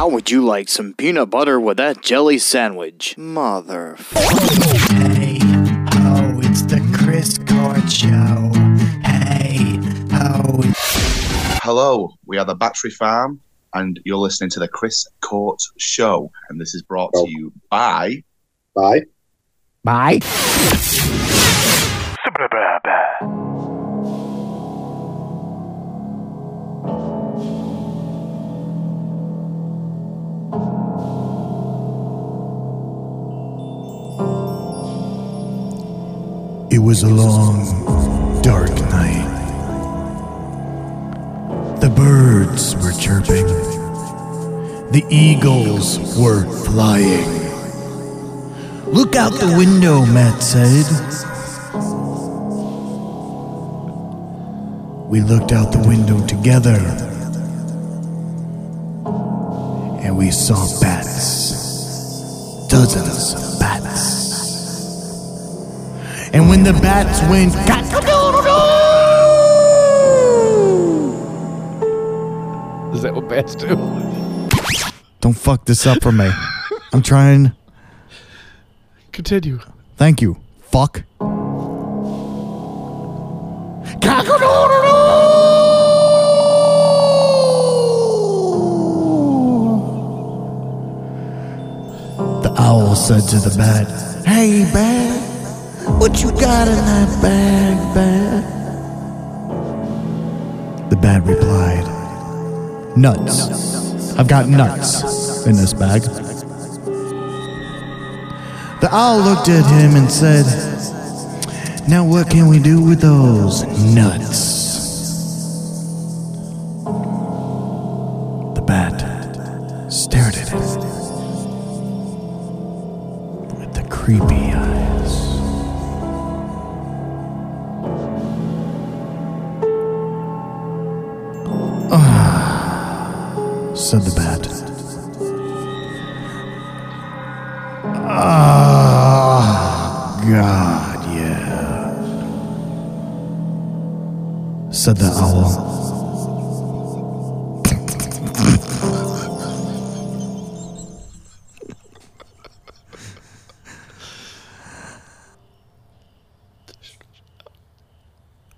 How would you like some peanut butter with that jelly sandwich? Mother. Hey, oh, it's the Chris Court Show. Hey, oh, Hello, we are the Battery Farm, and you're listening to the Chris Court Show, and this is brought Oh. to you by. Bye. Bye. It was a long, dark night. The birds were chirping. The eagles were flying. Look out the window, Matt said. We looked out the window together. And we saw bats. Dozens of bats. And when the bats went cock-a-doodle-doo, Is that what bats do? Don't fuck this up for me. I'm trying. Continue. Thank you. Fuck. Cock-a-doodle-doo. The owl said to the bat, Hey, bat, what you got in that bag, bat? The bat replied, Nuts. I've got nuts in this bag. The owl looked at him and said, Now what can we do with those nuts? The bat stared at him with the creepy eyes. Ah, said the bat. Ah, God, yeah. Said the owl.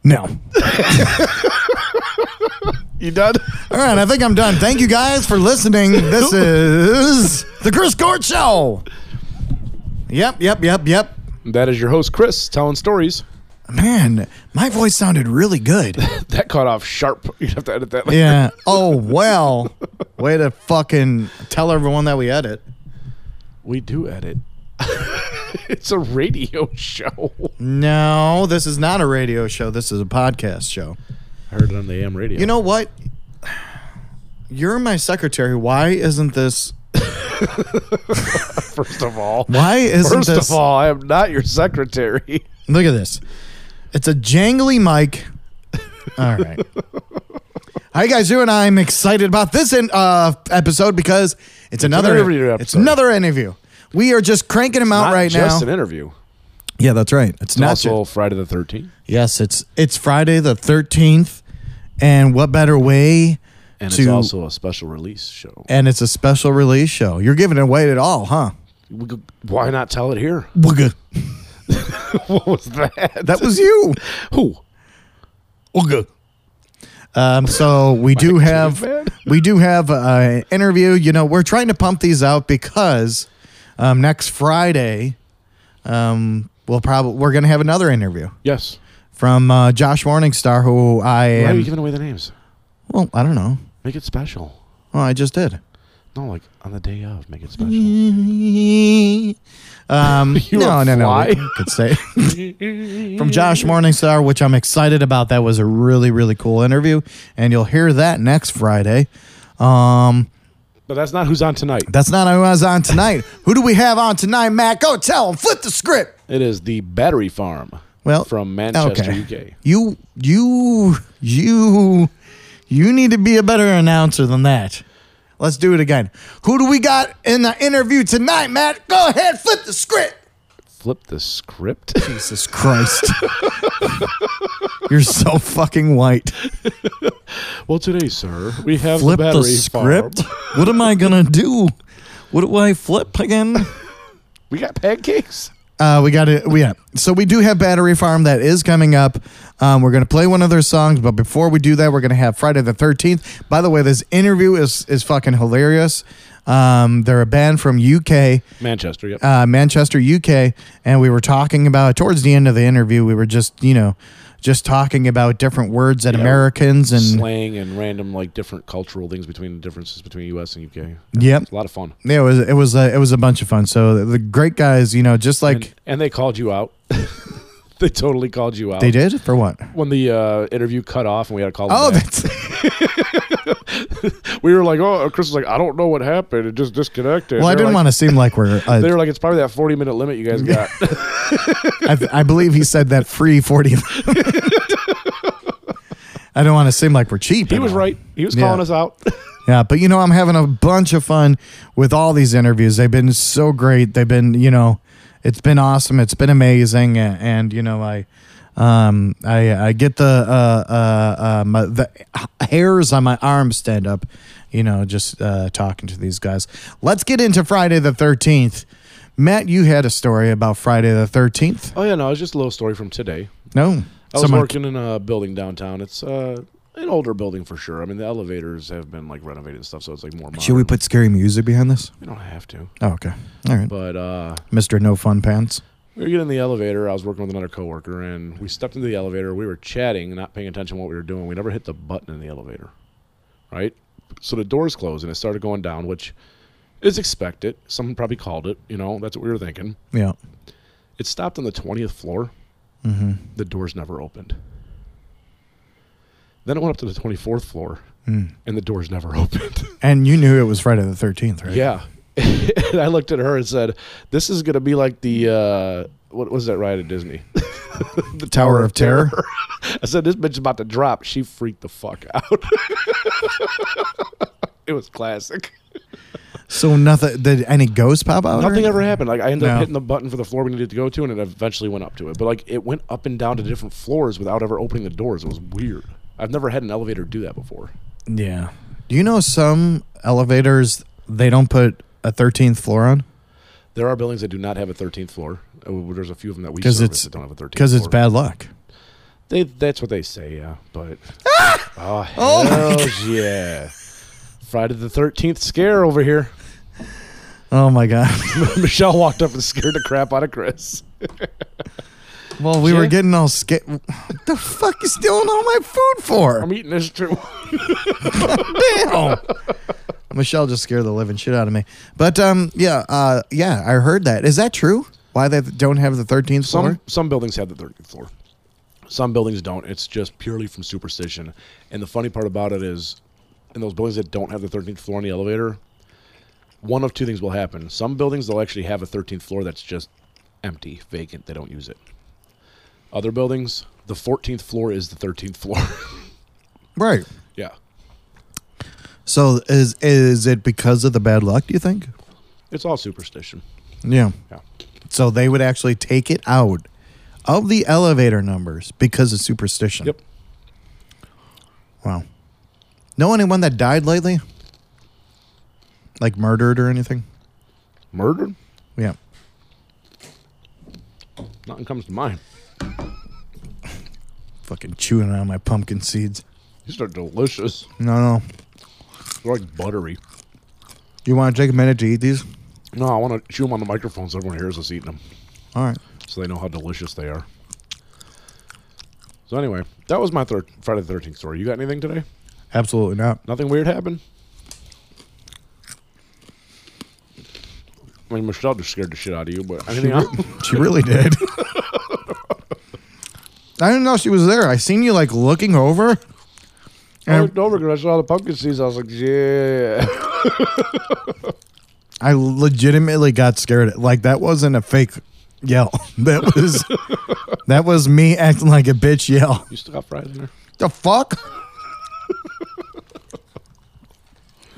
No. You done? All right, I think I'm done. Thank you guys for listening. This is the Chris Court Show. Yep, yep, yep, yep. That is your host, Chris, telling stories. Man, my voice sounded really good. That caught off sharp. You'd have to edit that. later. Yeah. Oh well. Way to fucking tell everyone that we edit. We do edit. it's a radio show. No, this is not a radio show. This is a podcast show. I heard it on the AM radio. You know what? You're my secretary. Why isn't this? first of all, Why isn't first this? of all, I am not your secretary. Look at this. It's a jangly mic. All right. How you guys doing? I'm excited about this in, uh, episode because it's another interview It's episode. another interview. We are just cranking them out not right just now. an interview. yeah, that's right. It's, It's not ju- also Friday the 13th. Yes, it's it's Friday the thirteenth, and what better way? And To- it's also a special release show. And it's a special release show. You're giving it away at all, huh? We could- Why not tell it here? Booga. what was that? That was you. Who? Booga. Um, so we do have man. we do have an interview. You know, we're trying to pump these out because um, next Friday, um, we'll probably we're gonna have another interview Yes. from uh, Josh Morningstar, who I Why are am. you giving away the names? well, I don't know. Make it special. Well, I just did. No, like on the day of, make it Mm. special. Um, You no, a no, no, fly? we Could say from Josh Morningstar, which I'm excited about. That was a really, really cool interview, and you'll hear that next Friday. Um, but that's not who's on tonight. that's not who I was on tonight. who do we have on tonight, Matt? Go tell him. Flip the script. It is the Battery Farm. Well, from Manchester, UK. You, you, you, you need to be a better announcer than that. Let's do it again. Who do we got in the interview tonight, Matt? Go ahead, flip the script. Flip the script. Jesus Christ. You're so fucking white. Well, today, sir, we have flip the, the battery farm. script? what am I gonna do? What do I flip again? We got pancakes. Uh, we got it. We yeah. So we do have Battery Farm that is coming up. Um, we're gonna play one of their songs, but before we do that, we're gonna have Friday the Thirteenth. By the way, this interview is is fucking hilarious. Um, they're a band from UK, Manchester. Yep. uh, Manchester, UK, and we were talking about towards the end of the interview. We were just you know just talking about different words that Americans and slang and random like different cultural things between the differences between U.S. and U.K. yep. It's a lot of fun. Yeah, it was it was a, it was a bunch of fun. So the, the great guys, you know, just like And, and they called you out. they totally called you out. they did for what? When the uh, interview cut off and we had to call them Oh, back, that's we were like, "Oh, Chris was like, I don't know what happened. It just disconnected." well. I didn't want to seem like we're. Uh, They were like, "It's probably that forty-minute limit you guys got." I, th- I believe he said that free 40. I don't want to seem like we're cheap. he at was all. right. He was Yeah. calling us out. Yeah, but you know, I'm having a bunch of fun with all these interviews. They've been so great. They've been, you know, it's been awesome. It's been amazing. A- And, you know, I. Um, I I get the uh uh, uh my, the hairs on my arms stand up, you know, just uh, talking to these guys. Let's get into Friday the Thirteenth. Matt, you had a story about Friday the Thirteenth. oh yeah, no, it was just a little story from today. No, I was Someone- working in a building downtown. It's uh, an older building for sure. I mean, the elevators have been like renovated and stuff, so it's like more modern. Should we put scary music behind this? We don't have to. Oh, okay. All right. But uh, Mr. No Fun Pants. we were getting in the elevator. I was working with another coworker, and we stepped into the elevator. We were chatting, not paying attention to what we were doing. We never hit the button in the elevator, right? So the doors closed, and it started going down, which is expected. Someone probably called it. You know, that's what we were thinking. Yeah. It stopped on the 20th floor. Mm-hmm. The doors never opened. Then it went up to the 24th floor, Hmm. and the doors never opened. And you knew it was Friday the 13th, right? yeah. and I looked at her and said, This is going to be like the, uh, what was that ride at Disney? The Tower of Terror. I said, This bitch is about to drop. She freaked the fuck out. it was classic. so nothing, did any ghosts pop out? or Nothing ever anything? happened. Like I ended No. up hitting the button for the floor we needed to go to, and it eventually went up to it. But like it went up and down to different floors without ever opening the doors. It was weird. I've never had an elevator do that before. Yeah. Do you know some elevators, they don't put a 13th floor on? There are buildings that do not have a 13th floor. Uh, There's a few of them that we 'Cause service it's- that don't have a 13th. Because it's floor. bad luck. They, that's what they say, yeah. But Ah! oh, hell yeah, Friday the 13th scare over here. Oh, my God. Michelle walked up and scared the crap out of Chris. well, we were Yeah. getting all scared. What the fuck is stealing all my food for? I'm eating this too. Damn. Michelle just scared the living shit out of me. But um, yeah, uh, yeah, I heard that. Is that true? Why they don't have the 13th Some floor? some buildings have the 13th floor. Some buildings don't. It's just purely from superstition. And the funny part about it is, in those buildings that don't have the 13th floor in the elevator, one of two things will happen. Some buildings they'll actually have a 13th floor that's just empty, vacant. They don't use it. Other buildings, the 14th floor is the 13th floor. Right. yeah, So is is it because of the bad luck? Do you think? it's all superstition. Yeah. Yeah. So they would actually take it out of the elevator numbers because of superstition. Yep. Wow. Know anyone that died lately? Like murdered or anything? Murder? Yeah. Nothing comes to mind. Fucking chewing on my pumpkin seeds. These are delicious. No, no. They're like buttery. You want to take a minute to eat these? No, I want to chew them on the microphone so everyone hears us eating them. All right. so they know how delicious they are. So anyway, that was my third Friday the Thirteenth story. You got anything today? Absolutely not. Nothing weird happened. I mean, Michelle just scared the shit out of you, but anything else? She really did. I didn't know she was there. I seen you like looking over. I And looked over because I saw the pumpkin seeds. I was like, yeah. I legitimately got scared. Like that wasn't a fake yell. That was that was me acting like a bitch yell. You still got fries in there? The fuck?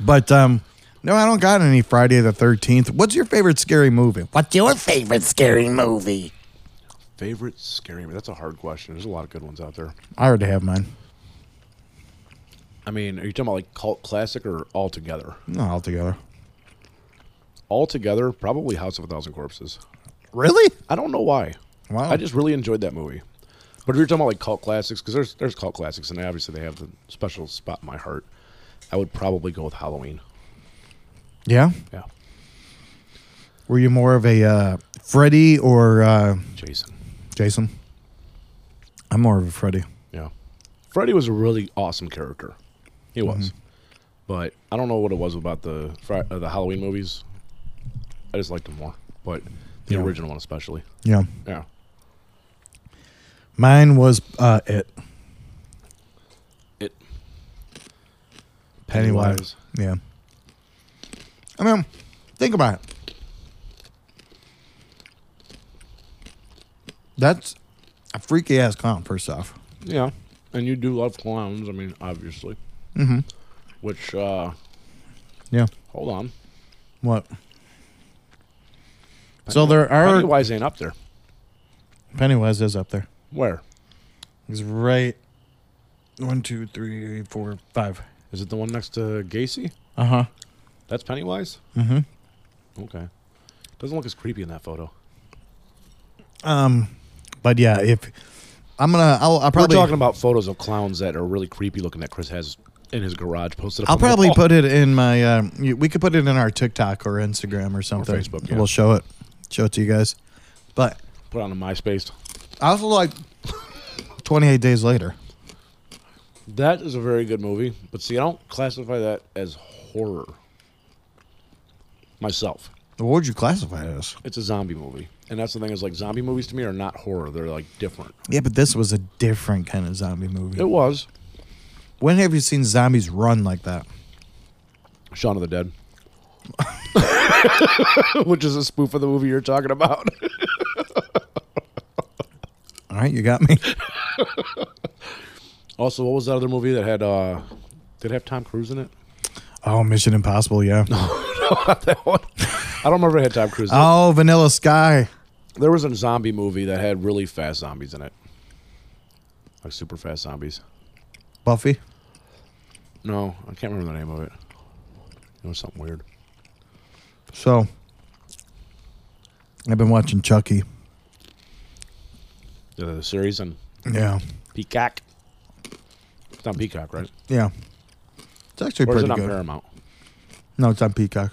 but um no, I don't got any Friday the 13th. What's your favorite scary movie? What's your favorite scary movie? Favorite scary movie? That's a hard question. There's a lot of good ones out there. I already have mine. I mean, are you talking about like cult classic or all together? Not altogether. All together, probably House of a Thousand Corpses. Really? I don't know why. Wow. I just really enjoyed that movie. But if you're talking about like cult classics, because there's there's cult classics, and obviously they have the special spot in my heart. I would probably go with Halloween. Yeah. Yeah, Were you more of a uh, Freddy or uh, Jason. Jason? I'm more of a Freddy. Yeah, Freddy was a really awesome character. He was, but I don't know what it was about the Fri- uh, the Halloween movies. I just liked them more, but the Yeah. original one especially. Yeah. Yeah, Mine was uh, it. it. Pennywise. Yeah. I mean, think about it. That's a freaky ass clown, first off. Yeah, and you do love clowns. I mean, obviously. Mm-hmm. Which uh, Yeah. hold on, What? So there are Pennywise ain't up there. Pennywise is up there. Where He's right. One, two, three, four, five. is it? The one next to Gacy? Uh huh. That's Pennywise. Mhm. Mm-hmm. Okay. Doesn't look as creepy in that photo. But yeah, if I'm gonna, I'll, I'll probably, We're talking about photos of clowns that are really creepy looking that Chris has in his garage posted. Up I'll on the probably wall. put it in my. Um, you- we could put it in our TikTok or Instagram or something. Facebook, yeah. We'll show it, show it to you guys. But put it on a MySpace. I also like 28 Days Later. That is a very good movie, but see, I don't classify that as horror myself. What would you classify it as? It's a zombie movie, and that's the thing is like zombie movies to me are not horror; they're like different. Yeah, but this was a different kind of zombie movie. It was When have you seen zombies run like that? Shaun of the Dead, which is a spoof of the movie you're talking about. All right, you got me. also, what was that other movie that had uh did it have Tom Cruise in it? Oh, Mission Impossible, yeah. that one. I don't remember it had Tom Cruise. in it. Oh, Vanilla Sky. There was a zombie movie that had really fast zombies in it, like super fast zombies. Buffy. No, I can't remember the name of it. It was something weird. So I've been watching Chucky. The, the series on Yeah. Peacock. It's on Peacock, right? Yeah. It's actually Or is pretty it on good. Paramount? No, it's on Peacock.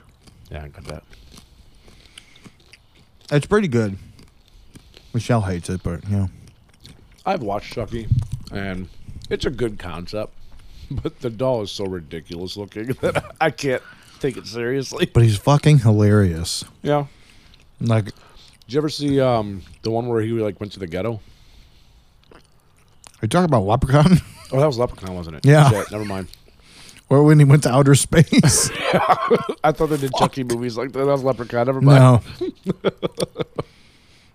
Yeah, I got that. It's pretty good. Michelle hates it, but you know. I've watched Chucky, and it's a good concept, but the doll is so ridiculous looking that I can't take it seriously. But he's fucking hilarious. Yeah. Like Did you ever see um, the one where he like went to the ghetto? are you talking about Leprechaun? Oh, that was Leprechaun, wasn't it? Yeah. Shit, never mind. or when he went to outer space? I thought they did Chucky movies like that. That was Leprechaun. Never mind. no.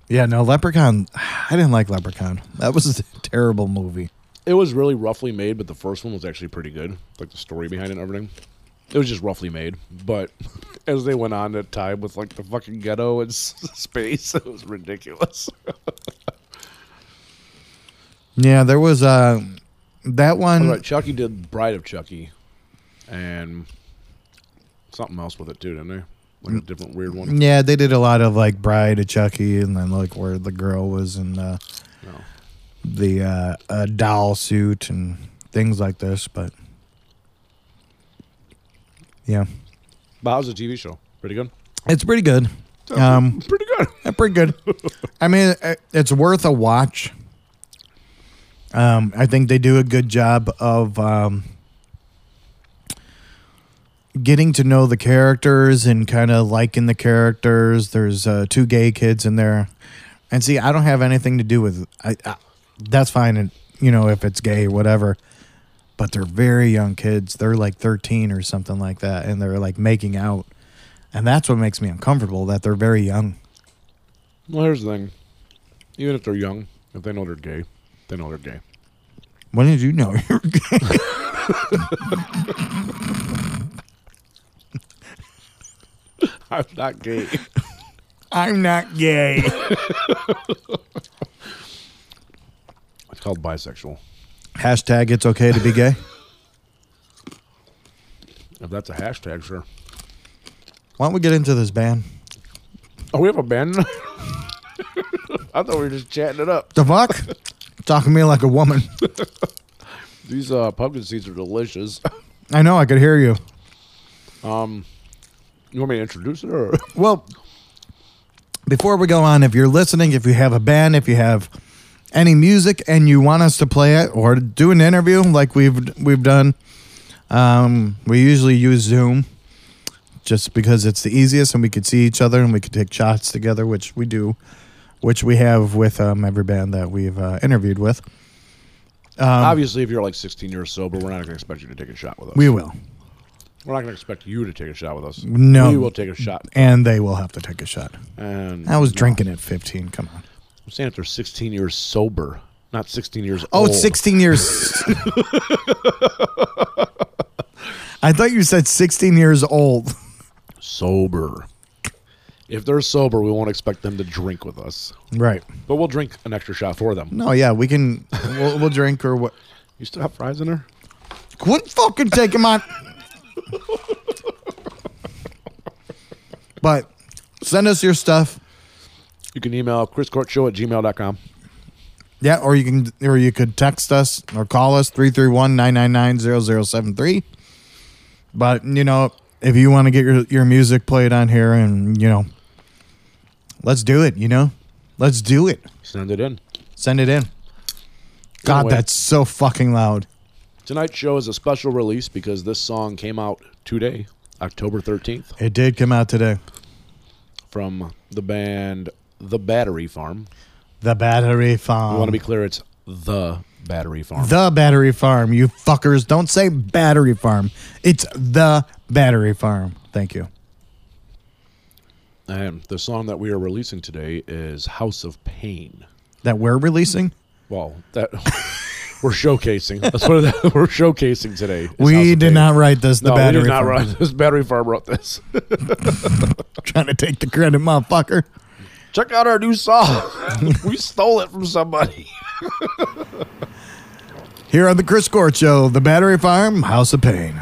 yeah, no, Leprechaun I didn't like Leprechaun. That was a terrible movie. It was really roughly made, but the first one was actually pretty good. Like the story behind it and everything. It was just roughly made, but as they went on at time with like the fucking ghetto and s- space, it was ridiculous. Yeah, there was uh that one All right, Chucky did Bride of Chucky, and something else with it too, didn't they? Like a different weird one. Yeah, they did a lot of like Bride of Chucky, and then like where the girl was in the No. the uh, uh, doll suit and things like this. But yeah, But how's the TV show? Pretty good. it's pretty good. Um, Pretty good. yeah, pretty good. I mean, it- it's worth a watch. Um, I think they do a good job of um, getting to know the characters and kind of liking the characters. There's uh, two gay kids in there, and see, I don't have anything to do with. I, I, that's fine, and you know if it's gay or whatever. But they're very young kids. They're like 13 or something like that, and they're like making out, and that's what makes me uncomfortable. That they're very young. Well, here's the thing. Even if they're young, if they know they're gay, they know they're gay. When did you know you were gay? I'm not gay. I'm not gay. It's called bisexual. Hashtag it's okay to be gay. If that's a hashtag, sure. Why don't we get into this band? Oh, we have a band. I thought we were just chatting it up. The fuck? Talking to me like a woman. These uh, pumpkin seeds are delicious. I know, I could hear you. You want me to introduce it or? Well, before we go on, if you're listening, if you have a band, if you have any music and you want us to play it or do an interview like we've we've done, um, we usually use Zoom just because it's the easiest and we could see each other and we could take shots together, which we do, which we have with um, every band that we've uh, interviewed with. Obviously, if you're like 16 years sober, we're not going to expect you to take a shot with us. We will, We're not going to expect you to take a shot with us. No. we will take a shot. and they will have to take a shot. And I was drinking at 15. Come on. I'm saying if they're 16 years sober, not 16 years Oh, old. it's 16 years. I thought you said 16 years old. sober. If they're sober, we won't expect them to drink with us, Right. but we'll drink an extra shot for them. No, yeah, we can. We'll, we'll drink or what? You still have fries in there? Quit fucking taking my. but send us your stuff. You can email chriscourtshow at gmail.com. Yeah, or you can, or you could text us or call us 331-999-0073. But you know, if you want to get your your music played on here, and you know, let's do it. You know, let's do it. Send it in. Send it in. God, Anyway. that's so fucking loud. Tonight's show is a special release because this song came out today, October 13th, It did come out today. from the band The Battery Farm. The battery I farm. want to be clear, it's The Battery Farm. the battery farm. You fuckers, don't say battery farm. It's the battery farm. Thank you. and the song that we are releasing today is House of Pain. That we're releasing. Well, that we're showcasing. That's what it- we're showcasing today. is House We of did Pain. not write this. The No, battery we did not farm. write this. Battery Farm wrote this. trying to take the credit, motherfucker. Check out our new song. we stole it from somebody. Here on the Chris Court Show, the Battery Farm, House of Pain.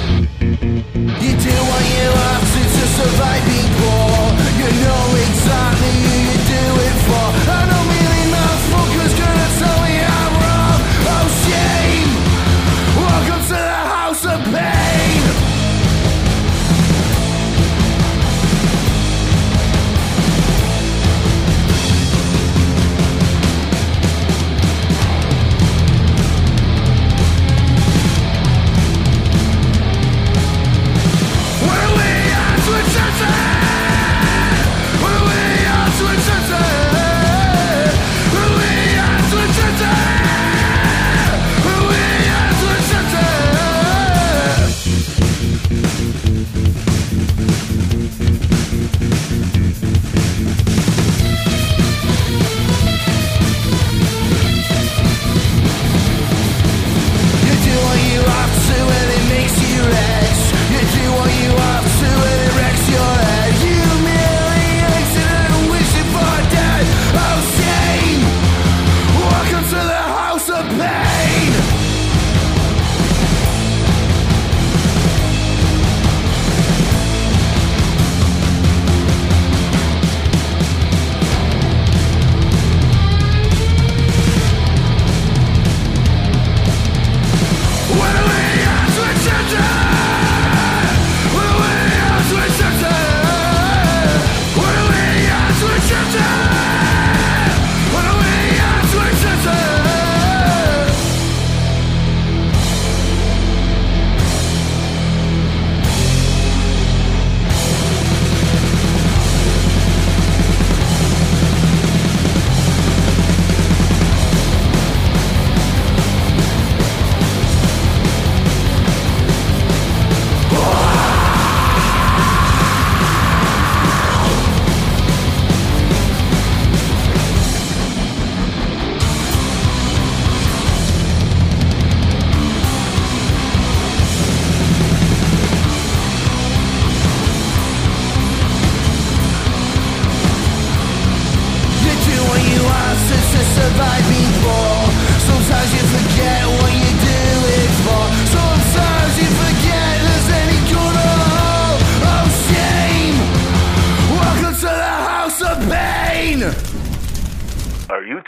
You do what you have to to survive being poor. You know exactly who you do it for. I don't really motherfuckers gonna tell me I'm wrong. Oh shame. Welcome to the house of pain. Oh,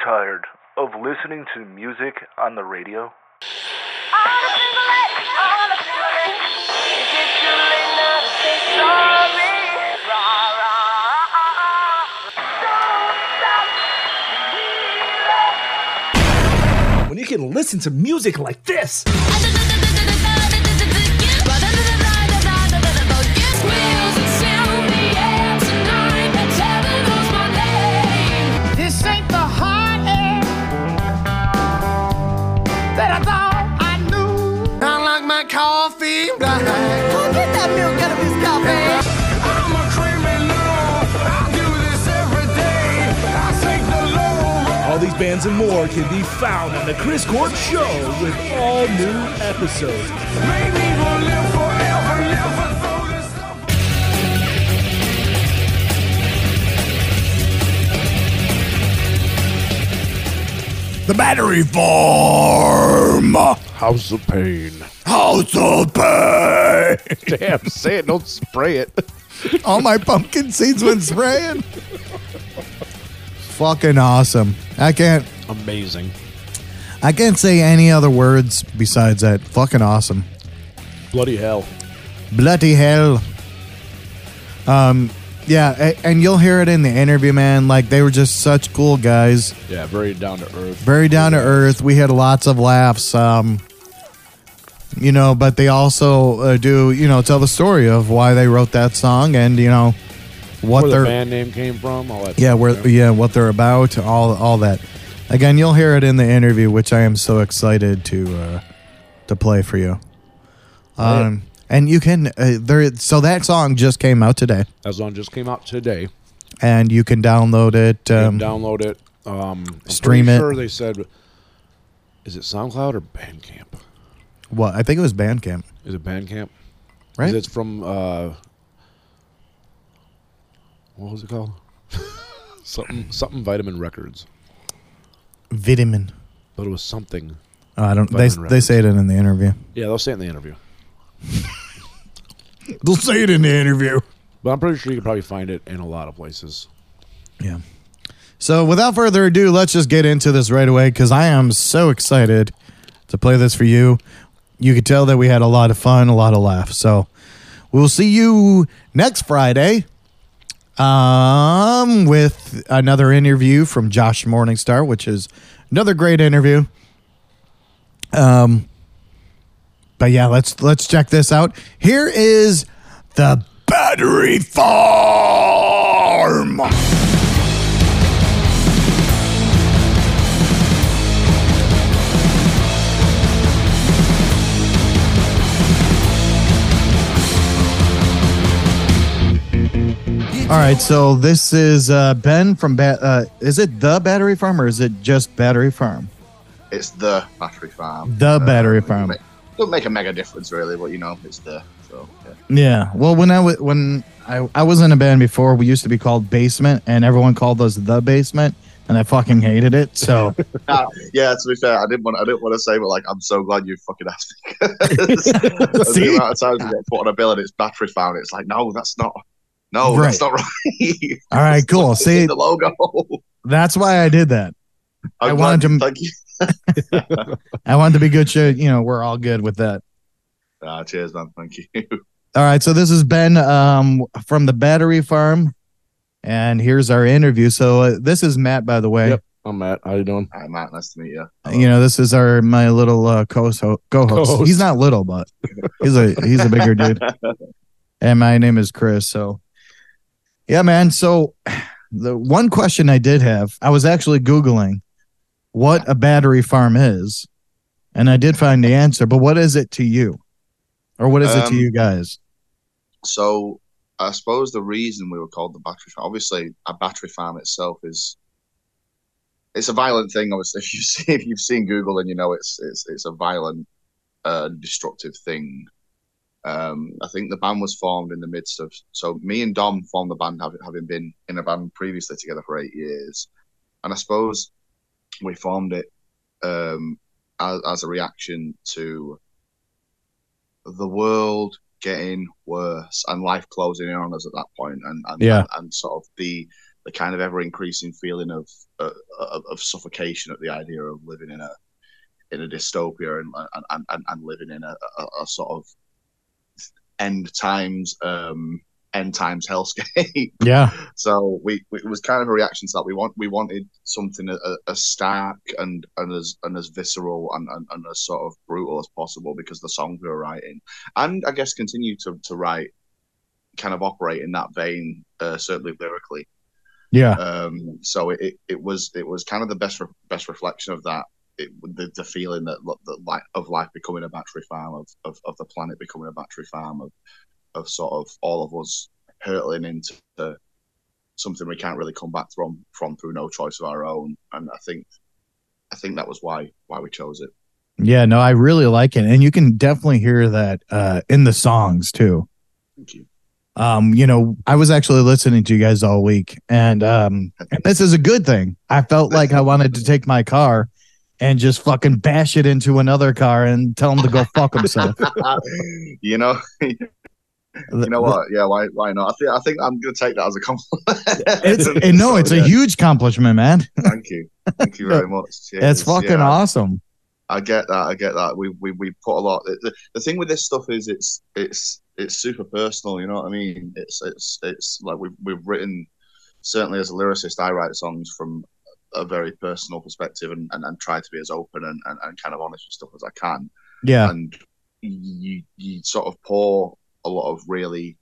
tired of listening to music on the radio? When you can listen to music like this. This ain't the hot air that I thought I knew. I like my coffee black. Go get that milk out of his coffee. I'm a criminal. I do this every day. I take the low road. All these bands and more can be found on the Chris Court Show with all new episodes. Maybe we'll live forever, never throw this love. The Battery Farm House of Pain. House of Pain. Damn, say it, don't spray it. All my pumpkin seeds went spraying. Fucking awesome. I can't Amazing. I can't say any other words besides that. Fucking awesome. Bloody hell. Bloody hell. Um, yeah, a- and you'll hear it in the interview, man. Like they were just such cool guys, Yeah, very down to earth. very down to earth. We had lots of laughs. Um, you know, but they also uh, do, you know, tell the story of why they wrote that song and you know what Where the their band name came from, all that. yeah, where stuff, yeah, what they're about, all all that. Again, you'll hear it in the interview, which I am so excited to uh, to play for you. Oh, Um, and you can uh, there. So that song just came out today, That song just came out today. and you can download it. Um, Um, download it. Um, I'm stream pretty it. Sure, they said, is it SoundCloud or Bandcamp? What I think it was Bandcamp, Is it Bandcamp? 'Cause right? It's from uh, what was it called? something something Vitamin Records, Vitamin. but it was something. Oh, I don't. They Vitamin they Records. say it in the interview. Yeah, they'll say it in the interview. They'll say it in the interview. But I'm pretty sure you can probably find it in a lot of places. Yeah. So without further ado, let's just get into this right away because I am so excited to play this for you. You could tell that we had a lot of fun, a lot of laughs. So we'll see you next Friday um, with another interview from Josh Morningstar, which is another great interview. Um, but yeah, let's let's check this out. Here is the battery farm. All right, so this is uh, Ben from ba- uh, is it the Battery Farm or is it just Battery Farm? It's the battery farm. The battery it farm. ma- Don't make a mega difference, really, but you know, it's the. So, yeah. Yeah. Well, when I wa when I, I was in a band before, we used to be called Basement, and everyone called us the Basement, and I fucking hated it. So Ah, yeah, to be fair, I didn't want I didn't want to say, but like, I'm so glad you fucking asked me. 'Cause the See? amount of times I get put on a bill and it's battery farm, it's like, no, that's not. No, that's Right. not right. all right, cool. See, the logo. that's why I did that. I I'm wanted glad you- to- Thank you. I wanted to be good. Shit, you know, we're all good with that. Ah, cheers, man. Thank you. All right, so this is Ben um, from the Battery Farm, and here's our interview. So uh, this is Matt, by the way. Yep. I'm Matt. How you doing? Hi, Matt. Nice to meet you. you know this is our my little uh, co-host, co-host. Co-host. He's not little, but he's a he's a bigger dude. And my name is Chris. So, yeah, man. So, the one question I did have, I was actually googling what a battery farm is, and I did find the answer. But what is it to you, or what is it to Um, you guys? So I suppose the reason we were called the battery farm, obviously, a battery farm itself is it's a violent thing. Obviously, if you see if you've seen Google and you know it's it's it's a violent, uh, destructive thing. Um, I think the band was formed in the midst of so me and Dom formed the band having, having been in a band previously together for eight years, and I suppose we formed it um, as, as a reaction to the world getting worse and life closing in on us at that point and and, Yeah. and, and sort of the the kind of ever increasing feeling of, uh, of of suffocation at the idea of living in a in a dystopia and and, and, and living in a, a, a sort of end times um, end times hellscape. Yeah. So we, we it was kind of a reaction to that. We want we wanted something a- a- as stark and and as and as visceral and, and, and as sort of brutal as possible because the songs we were writing, and I guess continue to to write, kind of operate in that vein, uh, certainly lyrically. Yeah. Um, so it, it, it was it was kind of the best re- best reflection of that. It, the, the feeling that, lo- that life, of life becoming a battery farm, of, of, of the planet becoming a battery farm, of of sort of all of us hurtling into something we can't really come back from from through no choice of our own. And I think I think that was why why we chose it. Yeah, no, I really like it. And you can definitely hear that uh in the songs too. Thank you. Um, you know, I was actually listening to you guys all week and um and this is a good thing. I felt like I wanted to take my car and just fucking bash it into another car and tell them to go fuck himself. you know, you know what? Yeah, why why not? I think I think I'm gonna take that as a compliment. It's and no, it's a Yeah, huge accomplishment, man. Thank you, thank you very much. It's Cheers. fucking Yeah. awesome. I get that. I get that. We we, we put a lot. The, the- the thing with this stuff is it's it's it's super personal. You know what I mean? It's it's it's like we've we've written. Certainly, as a lyricist, I write songs from a very personal perspective and, and, and try to be as open and, and, and kind of honest with stuff as I can Yeah. and you you sort of pour a lot of really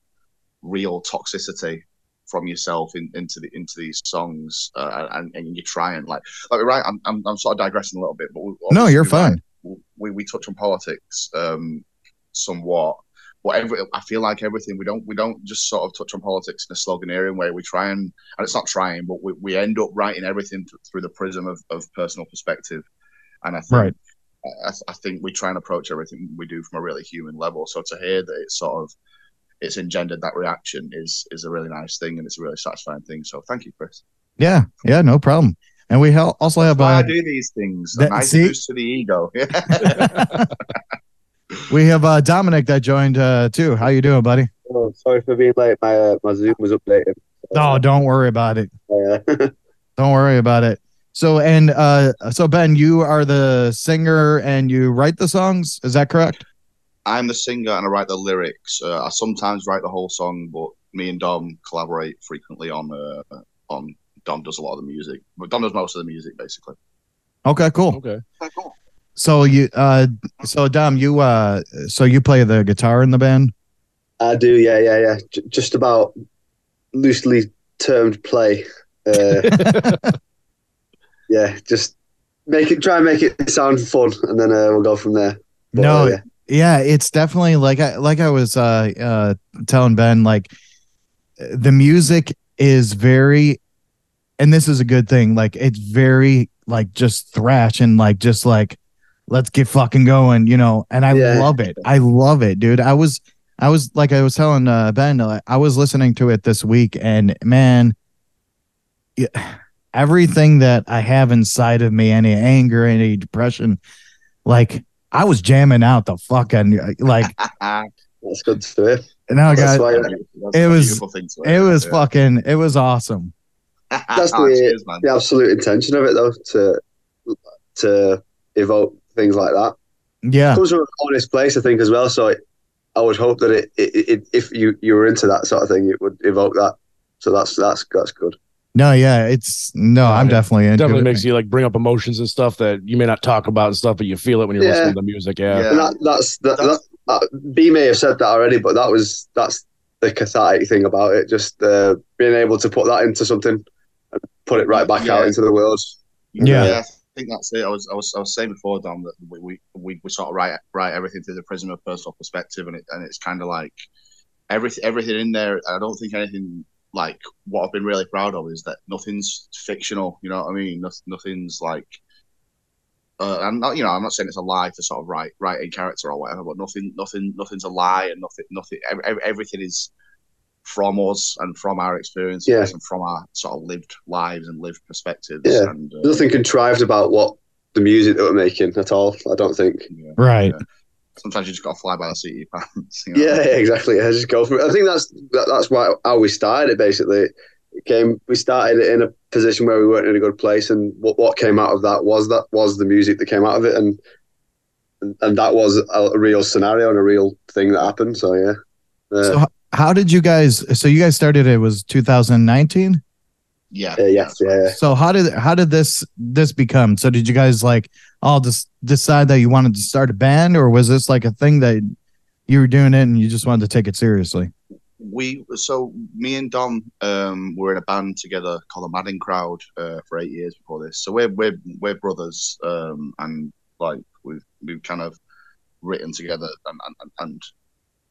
real toxicity from yourself in, into the into these songs uh, and and you try and like like right I'm, I'm I'm sort of digressing a little bit but we- No, you're obviously, like, fine. we we touch on politics um somewhat but every, I feel like everything we don't we don't just sort of touch on politics in a sloganarian way we try and and it's not trying but we, we end up writing everything th- through the prism of, of personal perspective and I think Right. I, I think we try and approach everything we do from a really human level. So to hear that it's sort of it's engendered that reaction is is a really nice thing and it's a really satisfying thing. So thank you, Chris. Yeah. Yeah, no problem. And we hel- also have Why I uh, do these things? that- a nice see? boost to the ego. we have uh Dominic that joined uh too. How you doing, buddy? Oh, sorry for being late. My uh, my Zoom was updated. Oh, Oh, don't worry about it. Yeah. Don't worry about it. So and uh so Ben, you are the singer and you write the songs, is that correct? I'm the singer and I write the lyrics. Uh, I sometimes write the whole song, but me and Dom collaborate frequently on uh, on. Dom does a lot of the music, but Dom does most of the music basically. Okay, cool. Okay. So you uh so Dom, you uh so you play the guitar in the band? I do. Yeah, yeah, yeah. J- just about loosely termed play. Uh, yeah, just make it. Try and make it sound fun, and then uh, we'll go from there. But, No, uh, yeah. yeah it's definitely like i like i was uh uh telling ben like the music is very and this is a good thing like it's very like just thrash and like just like let's get fucking going you know and i Yeah. love it i love it dude i was i was like i was telling uh ben like, i was listening to it this week and man yeah, everything that i have inside of me any anger any depression like I was jamming out the fucking like, that's good to hear. and I That's got why. uh, That's a It was- beautiful thing to it hear. was Yeah. fucking it was awesome. That's Oh, the- cheers, man. The absolute intention of it, though, to to evoke things like that. Yeah, comes from an honest place, I think, as well. So it, I would hope that it, it, it, if you you were into that sort of thing, it would evoke that. So that's that's that's good. no, yeah, it's no, I'm Yeah, definitely into Definitely it. makes you like bring up emotions and stuff that you may not talk about and stuff, but you feel it when you're Yeah. listening to the music. Yeah. And that, that's that, That's- that, that. B may have said that already, but that was that's the cathartic thing about it. Just uh, being able to put that into something and put it right back Yeah. out into the world. I Yeah. think that's it. I was, I was, I was saying before, Dom, that we, we, we, we sort of write, write everything through the prism of personal perspective, and it, and it's kind of like everything, everything in there. I don't think anything like what I've been really proud of is that nothing's fictional. You know what I mean? Noth- nothing's like. Uh, I'm not, you know, I'm not saying it's a lie to sort of write, write in character or whatever, but nothing, nothing, nothing's a lie, and nothing, nothing, ev- ev- everything is from us and from our experiences Yeah. and from our sort of lived lives and lived perspectives. Yeah. And, uh, There's nothing contrived about what the music that we're making at all. I don't think. yeah. right. Sometimes you just got to fly by the seat of your pants. You know? Yeah, yeah, exactly. Yeah, just go for it. I think that's that, that's why how we started it. Basically, it came. We started it in a position where we weren't in a good place, and what what came out of that was that was the music that came out of it, and and, and that was a, a real scenario and a real thing that happened. So yeah, uh, So, h- how did you guys? So you guys started it was 2019. Yeah. yeah, yes, yeah, yeah. So how did how did this this become? So did you guys like all just decide that you wanted to start a band, or was this like a thing that you were doing it and you just wanted to take it seriously? we so me and Dom um, were in a band together called the Madding Crowd uh, for eight years before this. So we're we're we're brothers, um, and like we've we've kind of written together and and, and- and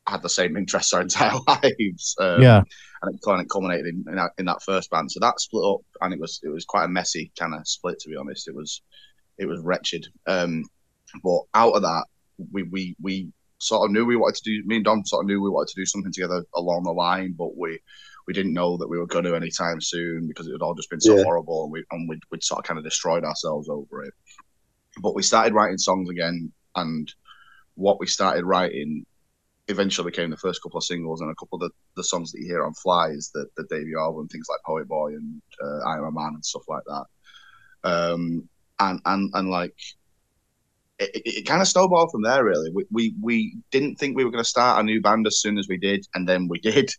had the same interests our entire lives. Uh, Um, Yeah. and it kind of culminated in, in, that, in that first band. So that split up, and it was it was quite a messy kind of split. To be honest, it was it was wretched. Um, but out of that, we we we sort of knew we wanted to do. Me and Dom sort of knew we wanted to do something together along the line, but we we didn't know that we were going to anytime soon because it had all just been so Yeah. horrible, and we and we'd, we'd sort of kind of destroyed ourselves over it. But we started writing songs again, and what we started writing eventually became the first couple of singles and a couple of the, the songs that you hear on Flies, the, the debut album, things like Poet Boy and uh, I Am a Man and stuff like that. Um, and, and, and like, it, it, it kind of snowballed from there, really. We, we, we didn't think we were going to start a new band as soon as we did, and then we did.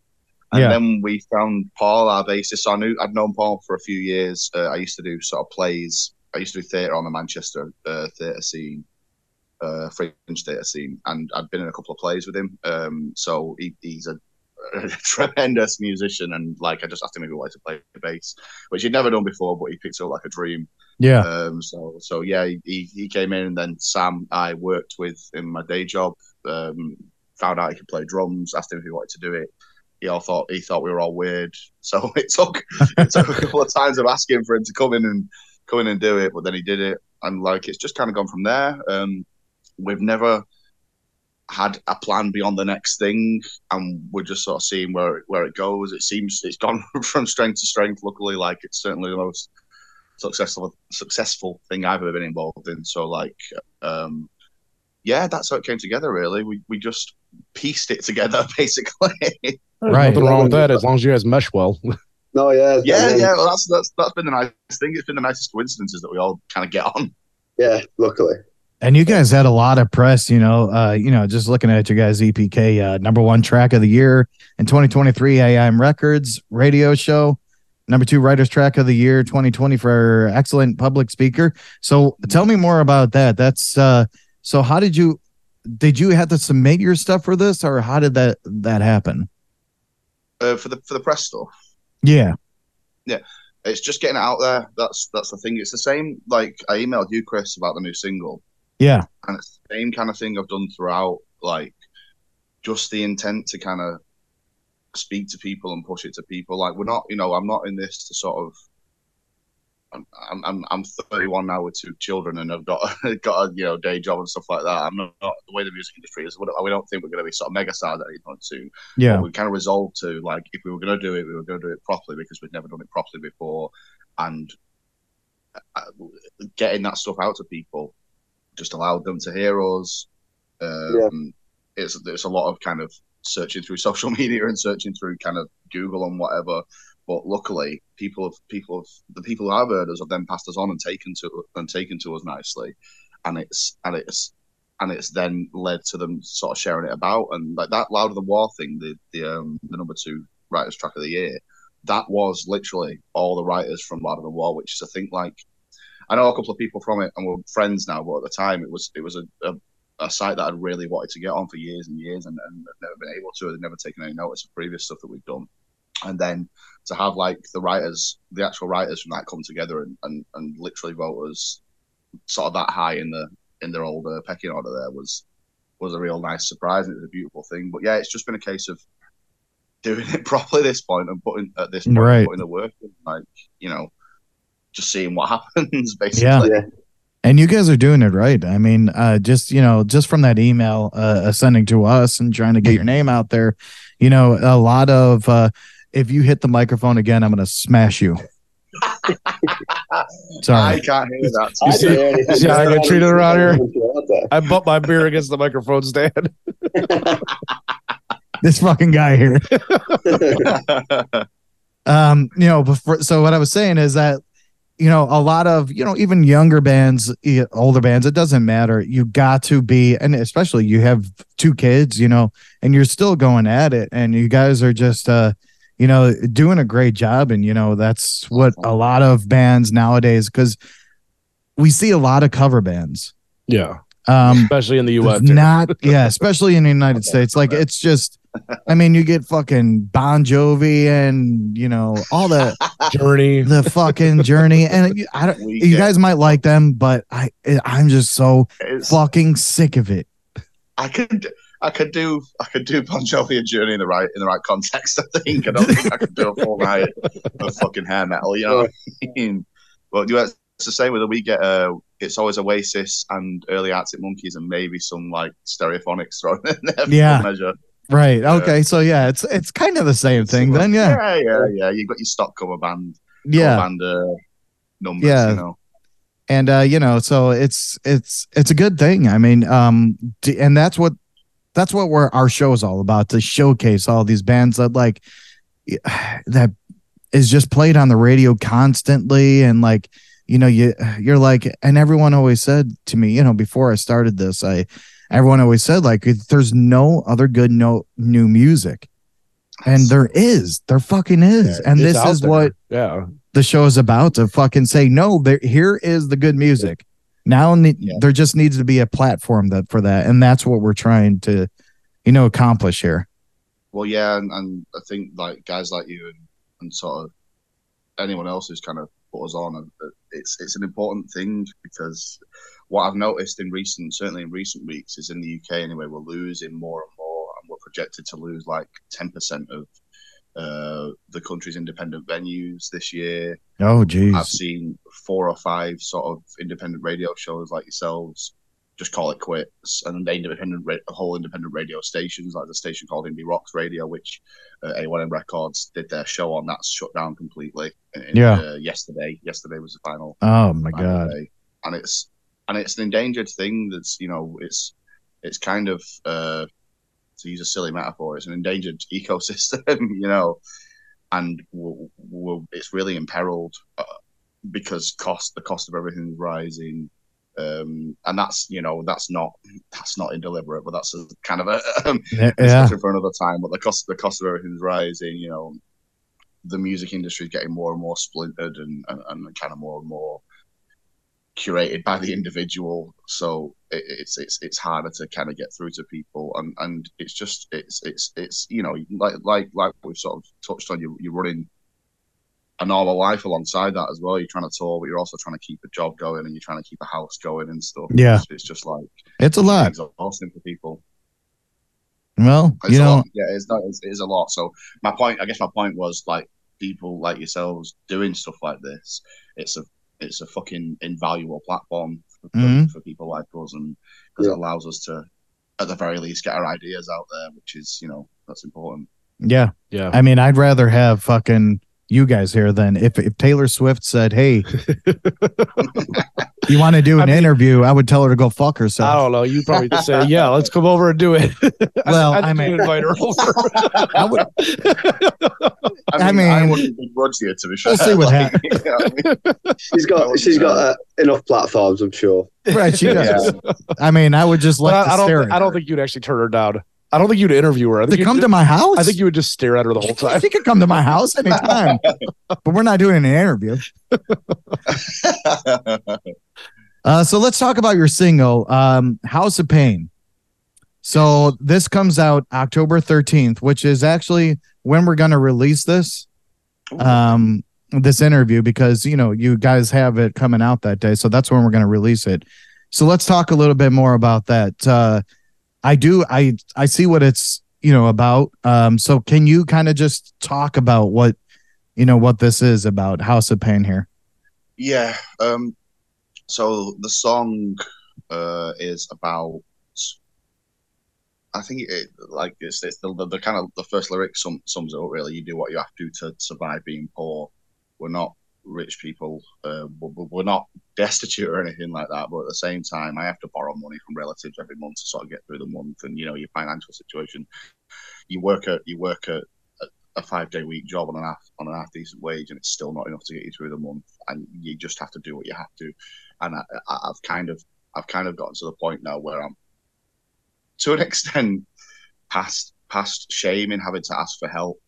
And Yeah. then we found Paul, our bassist. So I knew I'd known Paul for a few years. Uh, I used to do sort of plays. I used to do theatre on the Manchester uh, theatre scene uh, fringe theatre scene, and I'd been in a couple of plays with him. Um, so he, he's a, a tremendous musician, and like I just asked him if he wanted to play the bass, which he'd never done before, but he picked it up like a dream. Yeah. Um, so so yeah, he, he came in, and then Sam I worked with in my day job. Um, found out he could play drums. Asked him if he wanted to do it. He all thought he thought we were all weird. So it took it took a couple of times of asking for him to come in and come in and do it, but then he did it. And like it's just kind of gone from there. Um, we've never had a plan beyond the next thing, and we're just sort of seeing where where it goes. It seems it's gone from strength to strength. Luckily, like it's certainly the most successful successful thing I've ever been involved in. So like, um, yeah, that's how it came together. Really, we we just pieced it together basically. There's Right. Nothing wrong with that as long as you guys mesh well. No, yeah, yeah, and then- yeah. Well, that's that's that's been the nice thing. It's been the nicest coincidences that we all kind of get on. yeah. Luckily, And you guys had a lot of press, you know. Uh, you know, just looking at you guys, EPK uh, number one track of the year in 2023, AIM Records radio show. Number two, writers track of the year 2020 for excellent public speaker. So, tell me more about that. That's uh, so. How did you did you have to submit your stuff for this, or how did that that happen? Uh, for the for the press stuff, Yeah, it's just getting it out there. That's that's the thing. It's the same. Like I emailed you, Chris, about the new single. yeah, and it's the same kind of thing I've done throughout, like just the intent to kind of speak to people and push it to people. Like we're not, you know, I'm not in this to sort of. I'm I'm- I'm I'm 31 now with two children and I've got got a you know day job and stuff like that. I'm not, not the way the music industry is. We don't, we don't think we're going to be sort of megastars anytime soon yeah, but we kind of resolved to like if we were going to do it, we were going to do it properly because we'd never done it properly before, and uh, getting that stuff out to people just allowed them to hear us. Um, It's there's a lot of kind of searching through social media and searching through kind of Google and whatever. But luckily, people have people have the people who have heard us have then passed us on and taken to and taken to us nicely, and it's and it's and it's then led to them sort of sharing it about and like that louder than war thing the the um the number two writers track of the year that was literally all the writers from louder than war which is i think like i know a couple of people from it and we're friends now but at the time it was it was a, a a site that I'd really wanted to get on for years and years, and, and I'd never been able to. I'd never taken any notice of previous stuff that we've done, and then to have like the writers, the actual writers from that come together and and, and literally vote us sort of that high in the in their old uh, pecking order there was was a real nice surprise and it was a beautiful thing. But yeah, it's just been a case of doing it properly at this point and putting at this point Right. putting the work in, like you know, just seeing what happens basically. yeah. yeah, And you guys are doing it right. I mean, uh, just you know, just from that email uh, sending to us and trying to get your name out there, you know, a lot of uh, if you hit the microphone again, I'm gonna smash you. I Sorry, can't hear that. You see- didn't hear anything. see how I get treated around here. I bumped my beer against the microphone stand. this fucking guy here. um, you know, before, so what I was saying is that, you know, a lot of, you know, even younger bands, e- older bands, it doesn't matter. You got to be, and especially you have two kids, you know, and you're still going at it and you guys are just, uh, you know, doing a great job. And, you know, that's what a lot of bands nowadays, because we see a lot of cover bands. Yeah. Um, Especially in the U.S. dude. not yeah, especially in the United States. Like it's just, I mean, you get fucking Bon Jovi and you know all the Journey. the fucking Journey, and you- I don't. You guys might like them, but I I'm just so It's- fucking sick of it. I could I could do I could do Bon Jovi and Journey in the right in the right context. I think I don't think I could do a full night of fucking hair metal. You know what I mean? But you know, it's the same with the we get. Uh, it's always Oasis and early Arctic Monkeys and maybe some like Stereophonics thrown in there for Yeah. measure. Right. Yeah. Okay. So yeah, it's it's kind of the same thing then. Yeah. yeah, yeah, yeah. You got your stock cover band, Yeah. cover band uh, numbers. Yeah. You know, and uh you know so it's it's it's a good thing i mean um d- and that's what that's what we're our show is all about to showcase all these bands that like that is just played on the radio constantly and like you know you you're like and everyone always said to me you know before i started this i everyone always said like there's no other good no new music and there is there fucking is and It's this out is there. what Yeah. the show is about to fucking say no there here is the good music now ne- there just needs to be a platform that for that and that's what we're trying to you know accomplish here Well, yeah, and, and I think like guys like you and, and sort of anyone else who's kind of put us on, uh, it's it's an important thing because what I've noticed in recent, certainly in recent weeks, is in the UK anyway, we're losing more and more, and we're projected to lose like ten percent of uh, the country's independent venues this year. oh jeez I've seen four or five sort of independent radio shows like yourselves just call it quits, and the independent ra- whole independent radio stations like the station called Indie Rocks Radio, which uh, A1M Records did their show on, that's shut down completely. in- Yeah. uh, yesterday, yesterday was the final. Oh, my final God. day. And it's and it's an endangered thing. That's you know it's it's kind of uh, to use a silly metaphor, it's an endangered ecosystem. You know, and w w it's really imperiled uh, because cost the cost of everything is rising um and that's you know that's not that's not indeliberate but that's a kind of a um, Yeah. discussion for another time but the cost the cost of everything is rising you know the music industry is getting more and more splintered and and, and kind of more and more curated by the individual so it, it's it's it's harder to kind of get through to people and and it's just it's it's it's you know like like like we've sort of touched on you you're running a normal life alongside that as well you're trying to tour but you're also trying to keep a job going and you're trying to keep a house going and stuff Yeah. it's, it's just like It's a lot. exhausting for people well it's you a know lot. yeah, it's not. It's, it is a lot. So my point, I guess, my point was like people like yourselves doing stuff like this. It's a it's a fucking invaluable platform for, for- Mhm. for people like us, and because it allows us to, at the very least, get our ideas out there, which is you know that's important. yeah Yeah. i mean i'd rather have fucking you guys here than if, if taylor swift said hey you want to do an interview i would tell her to go fuck I herself don't know. You probably just say, "Yeah, let's come over and do it." Well, I, I mean, mean- invite her over. I I mean, I, mean- wouldn't begrudge you to be sure. We'll see what happens. She's Oh, got she's got uh, enough platforms, I'm sure. Right, she does. I mean, I would just like But I, to I don't. stare think- at I don't her. think you'd actually turn her down. I don't think you'd interview her. I think to you'd come ju- to my house. I think you would just stare at her the whole time. she could come to my house anytime, but we're not doing an interview. Uh, so let's talk about your single, um, House of Pain. So this comes out October 13th, which is actually when we're going to release this, um, this interview, because, you know, you guys have it coming out that day. So that's when we're going to release it. So let's talk a little bit more about that. Uh, I do. I, I see what it's, you know, about. Um, so can you kind of just talk about what, you know, what this is about House of Pain here? Yeah. Um, so the song uh, is about. I think it like it's, it's the, the the kind of the first lyric sum, sums it up really. You do what you have to to survive being poor. We're not rich people. Uh, we're, we're- we're not destitute or anything like that. But at the same time, I have to borrow money from relatives every month to sort of get through the month. And you know your financial situation. You work at you work at a five day week job on an half on an half decent wage, and it's still not enough to get you through the month. And you just have to do what you have to. And I, I, I've kind of I've kind of gotten to the point now where I'm to an extent past past shaming having to ask for help.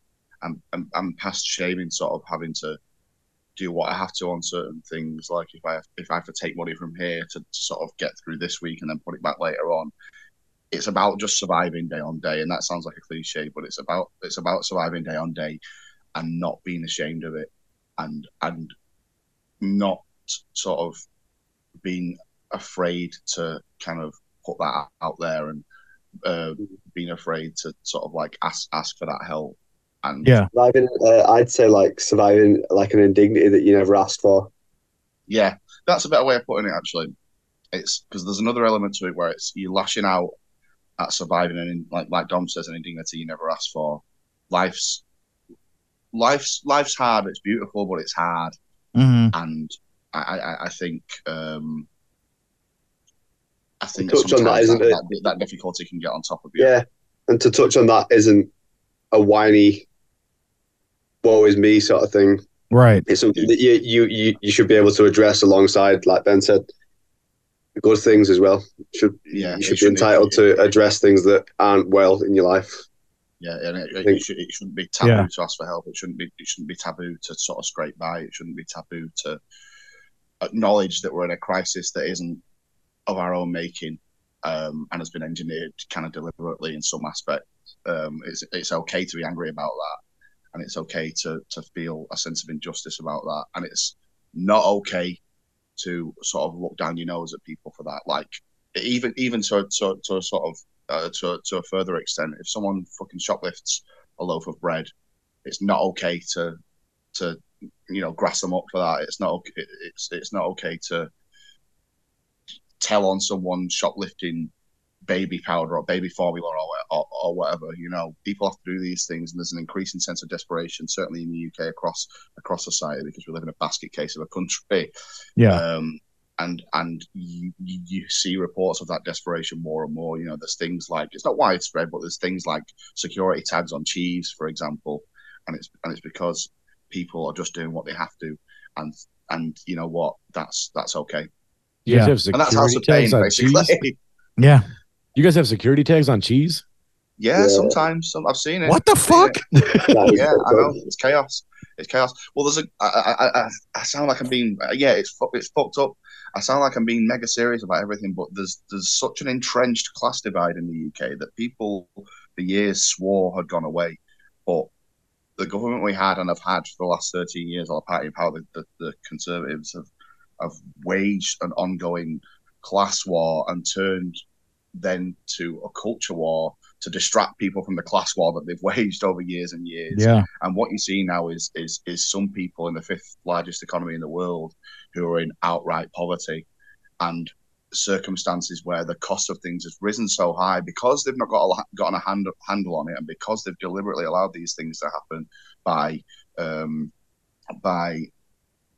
I'm I'm, I'm past shaming sort of having to do what I have to on certain things. Like if I have, if I have to take money from here to, to sort of get through this week and then put it back later on, it's about just surviving day on day. And that sounds like a cliche, but it's about it's about surviving day on day and not being ashamed of it and and not sort of being afraid to kind of put that out there and uh, being afraid to sort of like ask ask for that help and Yeah. Surviving, uh, I'd say like surviving like an indignity that you never asked for. Yeah, that's a better way of putting it. Actually, it's because there's another element to it where it's you lashing out at surviving and like like Dom says, an indignity you never asked for. Life's life's life's hard. It's beautiful, but it's hard. Mhm. And I I, I think um, I think touched on that, sometimes isn't that, it? that, that difficulty can get on top of you. Yeah. And to touch on that isn't a whiny woe is me sort of thing. Right. It's something that you you you, you should be able to address alongside, like Ben said, good things as well. Should Yeah, you it should be shouldn't- entitled to address things that aren't well in your life. Yeah, and it, it, Think- should, it shouldn't be taboo Yeah. to ask for help. It shouldn't be it shouldn't be taboo to sort of scrape by. It shouldn't be taboo to acknowledge that we're in a crisis that isn't of our own making um, and has been engineered kind of deliberately in some aspect. Um, it's it's okay to be angry about that, and it's okay to to feel a sense of injustice about that, and it's not okay to sort of look down your nose at people for that. Like even even to to, to a sort of uh, to to a further extent, if someone fucking shoplifts a loaf of bread, it's not okay to to you know grass them up for that. It's not okay, it's it's not okay to tell on someone shoplifting baby powder or baby formula or, wha- or, or whatever you know people have to do these things and there's an increasing sense of desperation certainly in the uk across across society because we live in a basket case of a country Yeah. um, and and you, you you see reports of that desperation more and more. You know, there's things like it's not widespread, but there's things like security tags on cheese, for example, and it's and it's because people are just doing what they have to, and and you know what, that's that's okay. You guys Yeah. have And that's House of security Pain, tags on basically. Yeah. You guys have security tags on cheese? Yeah, Yeah. sometimes some, I've seen it. What the I've seen fuck? it. yeah, I know it's chaos. It's chaos. Well, there's a. I, I, I- I, I sound like I'm being. uh, Yeah, it's fu- it's fucked up. I sound like I'm being mega serious about everything, but there's there's such an entrenched class divide in the UK that people for years swore had gone away, but the government we had and have had for the last 13 years on the party in power, the, the, the Conservatives have have waged an ongoing class war and turned then to a culture war to distract people from the class war that they've waged over years and years. Yeah. And what you see now is is is some people in the fifth largest economy in the world who are in outright poverty and circumstances where the cost of things has risen so high because they've not got a, gotten a hand, handle on it and because they've deliberately allowed these things to happen by um, by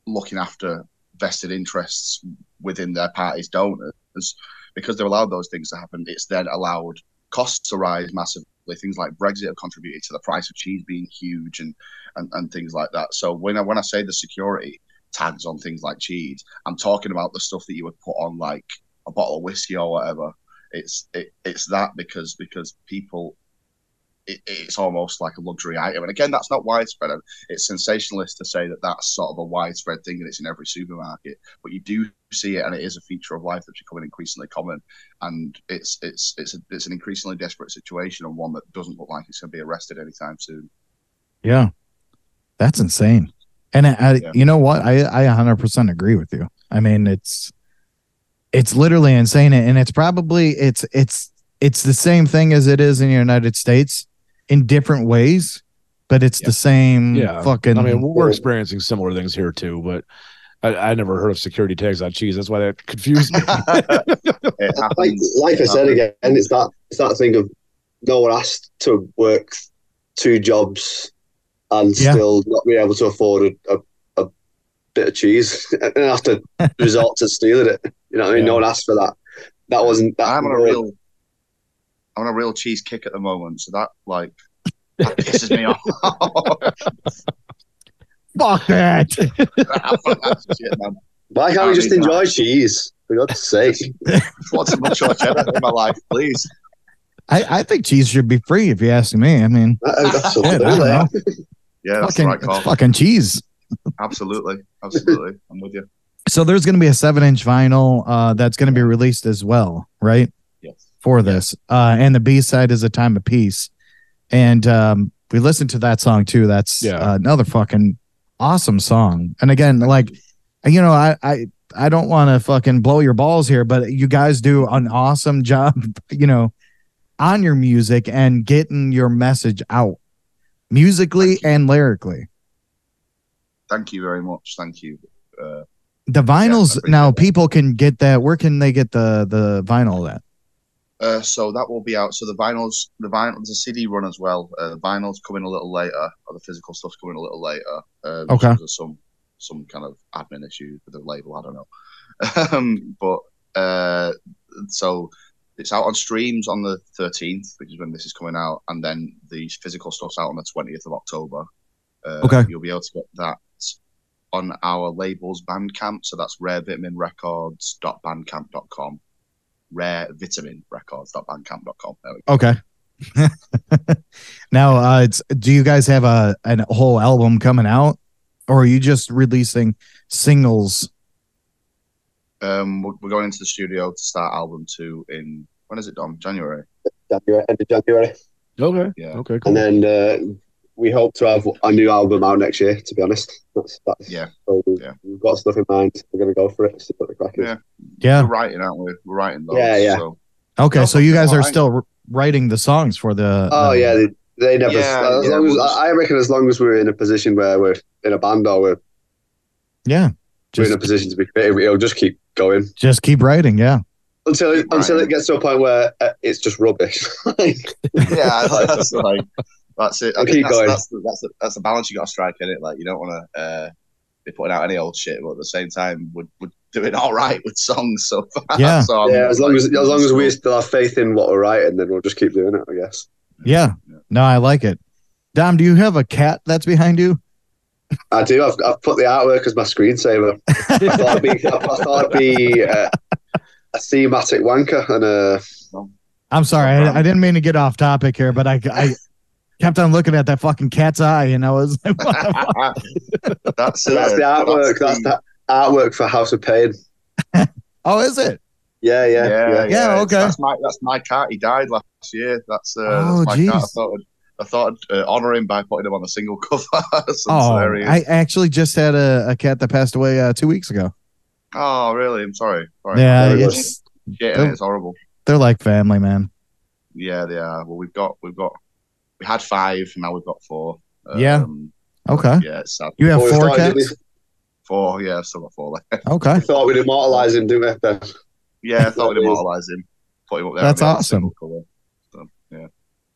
looking after vested interests within their party's donors because they've allowed those things to happen it's then allowed costs to rise massively things like brexit have contributed to the price of cheese being huge and and, and things like that so when I, when I say the security tags on things like cheese i'm talking about the stuff that you would put on like a bottle of whiskey or whatever it's it, it's that because because people it, it's almost like a luxury item. And again, that's not widespread. And It's sensationalist to say that that's sort of a widespread thing and it's in every supermarket, but you do see it, and it is a feature of life that's becoming increasingly common. And it's it's it's a, it's an increasingly desperate situation, and one that doesn't look like it's going to be arrested anytime soon. Yeah. That's insane. And I, I you know what? I I 100% agree with you. I mean, it's it's literally insane and it's probably it's it's it's the same thing as it is in the United States in different ways, but it's the same Yeah. fucking I mean, we're experiencing similar things here too, but I, I never heard of security tags on cheese. That's why that confused me. It Like happens. like I It said happens. again, it's that it's that thing of no one asked to work two jobs and Yeah. still not be able to afford a, a, a bit of cheese and have to resort to stealing it. You know what I mean? Yeah. No one asked for that. That wasn't that I'm on a weren't- real I'm on a real cheese kick at the moment, so that like That pisses me off. Fuck that. That's shit, man. Why can't we just Apparently enjoy cheese? For God's sake. Just want some much more cheddar in my life, please. I, I think cheese should be free if you ask me. I mean, That- that's all Yeah, I there, don't know. there. Yeah, that's fucking, the right call. it's fucking cheese. Absolutely, absolutely. I'm with you. So there's going to be a seven inch vinyl uh, that's going to be released as well, right? Yes. For this. Uh, and the B side is A Time of Peace. And um, we listened to that song too. That's Yeah. uh, another fucking awesome song. And again, like, you know, I, I, I don't want to fucking blow your balls here, but you guys do an awesome job, you know, on your music and getting your message out musically and lyrically. Thank you very much. Thank you. Uh, The vinyls appreciate now, that. people can get that. Where can they get the the vinyl at? Uh, so that will be out. So the vinyls, the vinyl, there's a CD run as well. Uh, the vinyls coming a little later, or the physical stuff's coming a little later. Uh, Okay. There's some some kind of admin issue with the label. I don't know. um, but uh, so it's out on streams on the 13th, which is when this is coming out, and then the physical stuff's out on the 20th of October. Uh, Okay. You'll be able to get that on our label's Bandcamp. So that's rarevitaminrecords.bandcamp.com rarevitaminrecords.bandcamp.com. There we go. Okay. now, uh, it's do you guys have a an whole album coming out, or are you just releasing singles? Um, we're, we're going into the studio to start album two in when is it done? January. January, end of January. Okay. Yeah. Okay. Cool. And then uh, we hope to have a new album out next year, to be honest. That's, that's Yeah, so we, yeah. We've got stuff in mind. We're going to go for it. See what the crack is. Yeah. We're Yeah. writing, aren't we? We're writing those. Yeah, yeah. So Okay. No, So you guys no, are I- still r- writing the songs for the. Oh, the- yeah. They, they never. Yeah, as yeah, long as, we'll just- I I reckon as long as we're in a position where we're in a band or we're, Yeah. we're in a Just position to be creative, it'll just keep going just keep writing. Yeah. until it, Right. until it gets to a point where uh, it's just rubbish. Like, yeah, that's like that's it. I Keep think that's, going. that's the that's the, that's the balance you got to strike in it. Like you don't want to uh, be putting out any old shit, but at the same time, we're, we're doing all right with songs so Uh-huh. far. Yeah. so I'm yeah, as long Um, like, as as long as we cool. still have faith in what we're writing, then we'll just keep doing it. I guess. Yeah. Yeah. No, I like it. Dom, do you have a cat that's behind you? I do. I've, I've put the artwork as my screensaver. I thought I'd be, I thought I'd be uh, a thematic wanker and uh, a I'm sorry, I, I didn't mean to get off topic here, but I, I kept on looking at that fucking cat's eye, and I was like, what the fuck? that's So that's uh, the artwork. That's the artwork for House of Pain. oh, is it? Yeah, yeah, yeah. Yeah, it's- okay. That's my that's my cat. He died last year. That's, uh, Oh, that's my cat. I jeez. thought I'd, I thought I'd uh, honor him by putting him on a single cover. so Oh, there he is. I actually just had a, a cat that passed away uh, two weeks ago. oh, really? I'm sorry. sorry. yeah, Very good. it's Shit, innit? it's horrible. they're like family, man. Yeah, they are. Well, we've got we've got we had five. Now we've got four. Um, Yeah. Okay, Yeah, it's sad. you have Well, we four thought we cats. did- Four. Yeah, I've still got four left. Okay, We thought we'd immortalise him, didn't we? Ben? Yeah, I thought we'd immortalize him. Put him up there. That's on the awesome. single cover.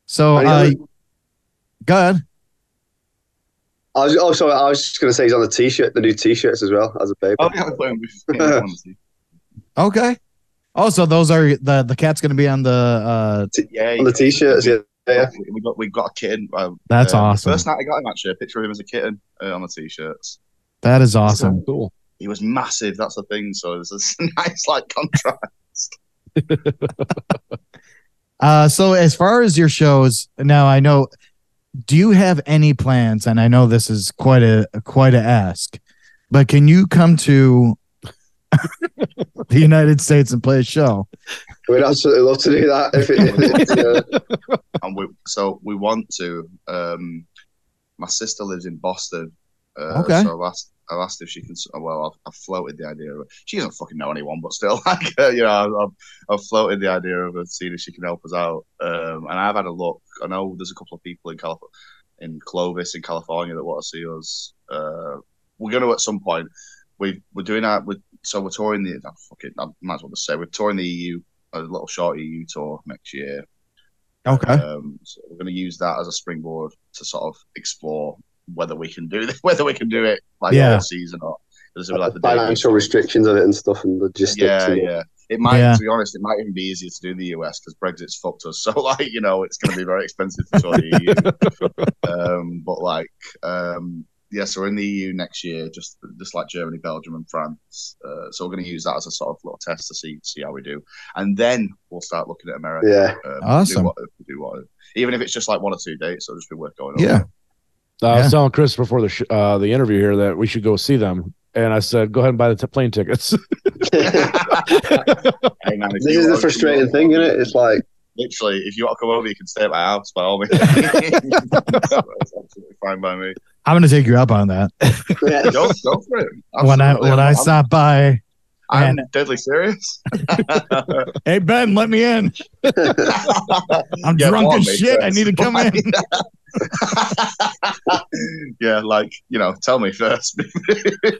so Any uh, other- go ahead. I was, oh, sorry. I was just going to say he's on the t-shirt, the new t-shirts as well as a baby. Oh, yeah, we put him. We put him on the- Okay. Oh, so those are the the cat's going to be on the. uh Yeah, on the t-shirts, yeah. yeah. We- We got we got a kitten. uh, That's uh, the awesome. First night I got him actually, a picture of him as a kitten uh, on the t-shirts. That is awesome. Cool. He was massive. That's the thing. So there's this nice like contrast. Uh, so as far as your shows now, I know. Do you have any plans? And I know this is quite a quite a ask, but can you come to the United States and play a show? We'd absolutely love to do that. If it, if it, uh, And we so we want to. Um, my sister lives in Boston. Uh, Okay. So I've asked. I've asked if she can. Well, I've, I've floated the idea. Of, she doesn't fucking know anyone, but still, like uh, you know, I've, I've, I've floated the idea of her seeing if she can help us out. Um, and I've had a look. I know there's a couple of people in Calif- in Clovis in California that want to see us. Uh, we're going to at some point. We we're doing our we so we're touring the oh, fucking I might as well just say we're touring the EU a little short EU tour next year. Okay. Um, so we're going to use that as a springboard to sort of explore whether we can do this, whether we can do it like Yeah. all season or. This will be like the day- financial restrictions of it and stuff and logistics. yeah, and yeah. It might, Yeah. to be honest, it might even be easier to do the US because Brexit's fucked us. So, like, you know, it's going to be very expensive to join the EU. um, but like, um, yeah, so we're in the EU next year, just just like Germany, Belgium, and France. Uh, so we're going to use that as a sort of little test to see see how we do, and then we'll start looking at America. Yeah. um, Awesome. Do what, do what, even if it's just like one or two dates, it'll just be worth going. Yeah. over. Uh, I was telling Chris before the sh- uh, the interview here that we should go see them, and I said, "Go ahead and buy the t- plane tickets." Hey, man, if This you is the want- frustrating thing, isn't it? It's like, literally, if you want to come over, you can stay at my house by all means. That's absolutely fine by me. I'm gonna take you up on that yeah, Go, go for it. when I Absolutely. when I I'm- stop by. I'm, I'm deadly serious. Hey Ben, let me in. I'm Yeah, drunk warn as me shit. I first. need to come in. yeah, like you know, tell me first.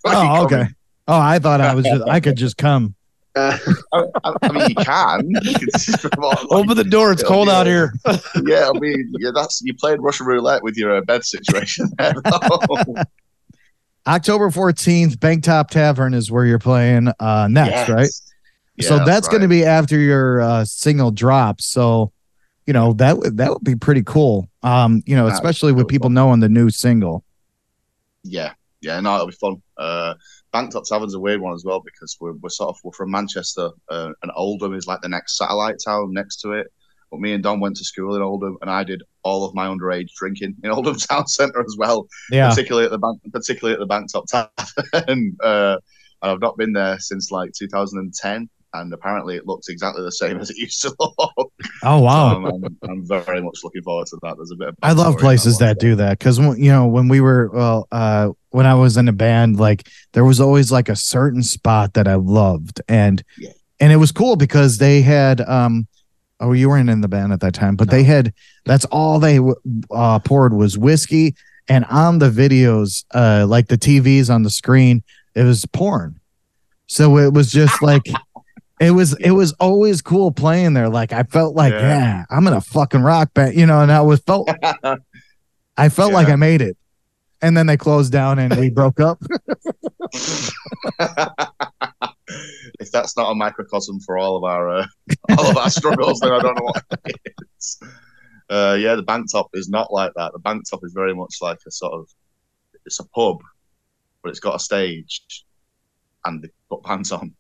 Oh, okay. Oh, I thought I was. Just, I could just come. uh, I, I- I mean, you can. You can Open the door. It's It'll cold be out a- here. Yeah, I mean, yeah, that's you played Russian roulette with your uh, bed situation. there. October 14th, Bank Top Tavern is where you're playing uh, next, right? so that's, going to be after your uh, single drops. So, you know that would that would be pretty cool. Um, you know, That'd be especially with cool. people knowing the new single. yeah, yeah, no, it'll be fun. Uh, Banktop Tavern's a weird one as well because we're, we're sort of we're from Manchester, uh, and Oldham is like the next satellite town next to it. But me and Don went to school in Oldham, and I did all of my underage drinking in Oldham Town Centre as well, Yeah, particularly at the bank, particularly at the Banktop Tavern. uh, and I've not been there since like 2010, and apparently it looks exactly the same as it used to look. Oh wow. So Um, I'm, I'm, I'm very much looking forward to that. There's a bit. Of I love backstory in places one. that do that because you know when we were well, uh, when I was in a band, like there was always like a certain spot that I loved, and Yeah. and it was cool because they had um, oh you weren't in the band at that time, but they had that's all they w- uh, poured was whiskey, and on the videos, uh, like the TVs on the screen, it was porn, so it was just like. It was it was always cool playing there. Like I felt like, yeah, Yeah. I'm in a fucking rock band, you know. And I was felt I felt like Yeah. I made it. And then they closed down and we broke up. if that's not a microcosm for all of our uh, all of our struggles, then I don't know what it is. Uh, yeah, the bank top is not like that. The bank top is very much like a sort of it's a pub, but it's got a stage, and they put pants on,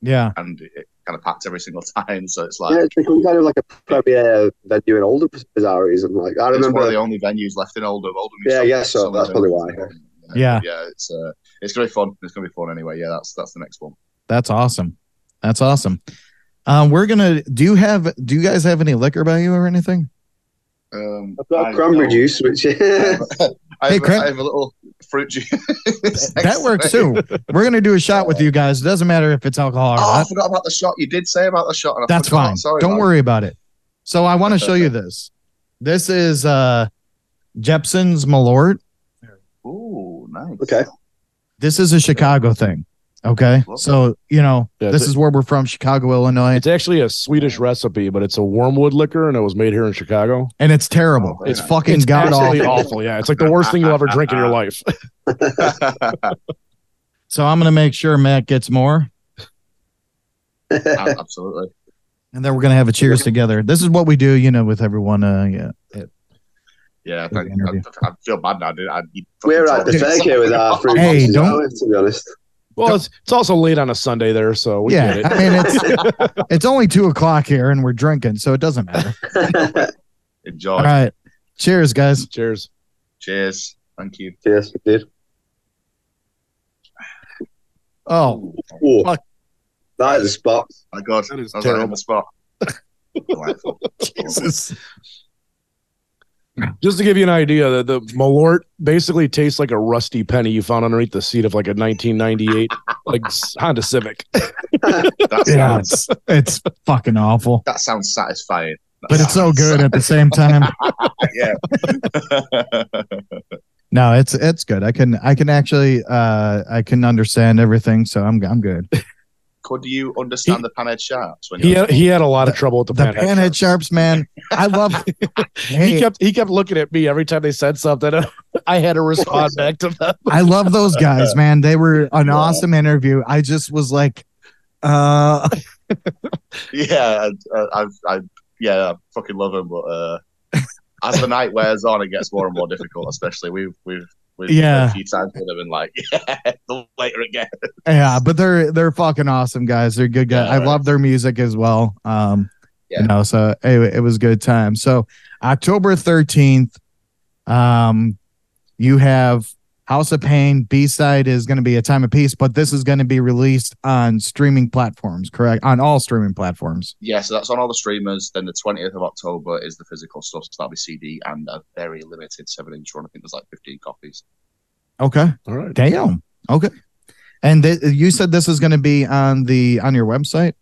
Yeah. and it kind of packs every single time. So it's like yeah, it's become kind of like a premiere venue in Oldham for bizarre reason. Like, I it's one of remember, the only venues left in Oldham. Oldham used to Yeah, I have guess so. some of That's them. probably why. Yeah. yeah. It's uh, it's gonna be fun. It's gonna be fun anyway. Yeah, that's that's the next one. That's awesome. That's awesome. Um, we're gonna do you have do you guys have any liquor by you or anything? Um, I've got I cranberry don't- juice, which yeah, I, Hey, have, Cran- I have a little fruit juice. That works too. We're gonna do a shot with you guys. It doesn't matter if it's alcohol or Oh, I not. forgot about the shot. You did say about the shot. And I That's forgot. fine. Sorry, Don't man. worry about it. So I want to show you this. This is uh Jepson's Malort. Ooh, nice. Okay. This is a Chicago thing. Okay. So, you know, Yeah, this it's- is where we're from, Chicago, Illinois. it's actually a Swedish recipe, but it's a wormwood liquor, and it was made here in Chicago. And it's terrible. Oh, It's yeah. fucking god absolutely awful. awful. Yeah, it's like the worst thing you'll ever drink in your life. So I'm gonna make sure Matt gets more, Ab- Absolutely. and then we're gonna have a cheers together. This is what we do, you know, with everyone. Uh, yeah, Yeah. Good Thank, interview. I, I feel bad now. Dude. I, you fucking we're at told the me. fair here with our fruit Hey, juices, don't- though, To be honest, Well, it's, it's also late on a Sunday there, so we yeah. get I it. mean, it's it's only two o'clock here, and we're drinking, so it doesn't matter. Enjoy. Oh, All right, cheers, guys. Cheers. Cheers. Thank you. yes, we did. Oh, Ooh, Fuck. that is a spot. My God. That is I was like, terrible. on the spot. Delightful. Just to give you an idea, the, the Malort basically tastes like a rusty penny you found underneath the seat of like a 1998 like s- Honda Civic. Oh, That yeah, sounds, it's, it's fucking awful, that sounds satisfying. That but it's so sounds good at the same time. satisfying. No, it's it's good. I can I can actually uh I can understand everything, so I'm I'm good. Could you understand the panhead sharks? When He you're had, he had a lot of trouble with the, The panhead panhead sharps, man. I love. He Hey, kept he kept looking at me every time they said something. I had to respond back to them. I love those guys, man. They were an awesome interview. I just was like, uh, yeah, I, I, I, yeah, I fucking love him. But uh, as the night wears on, it gets more and more difficult. Especially we've we've we've Yeah. a few times with him, and like yeah, the later it gets. Yeah, but they're they're fucking awesome guys. They're good guys. Yeah, I right. love their music as well. Um, Yeah. you know, so anyway, it was a good time. So October thirteenth, um, you have House of Pain. B side is going to be a time of peace, but this is going to be released on streaming platforms, correct? On all streaming platforms. Yeah, so that's on all the streamers. Then the twentieth of October is the physical stuff. So that'll be CD and a very limited seven-inch run. I think there's like fifteen copies. Okay. All right. Damn. Okay. And th- you said this is going to be on the on your website,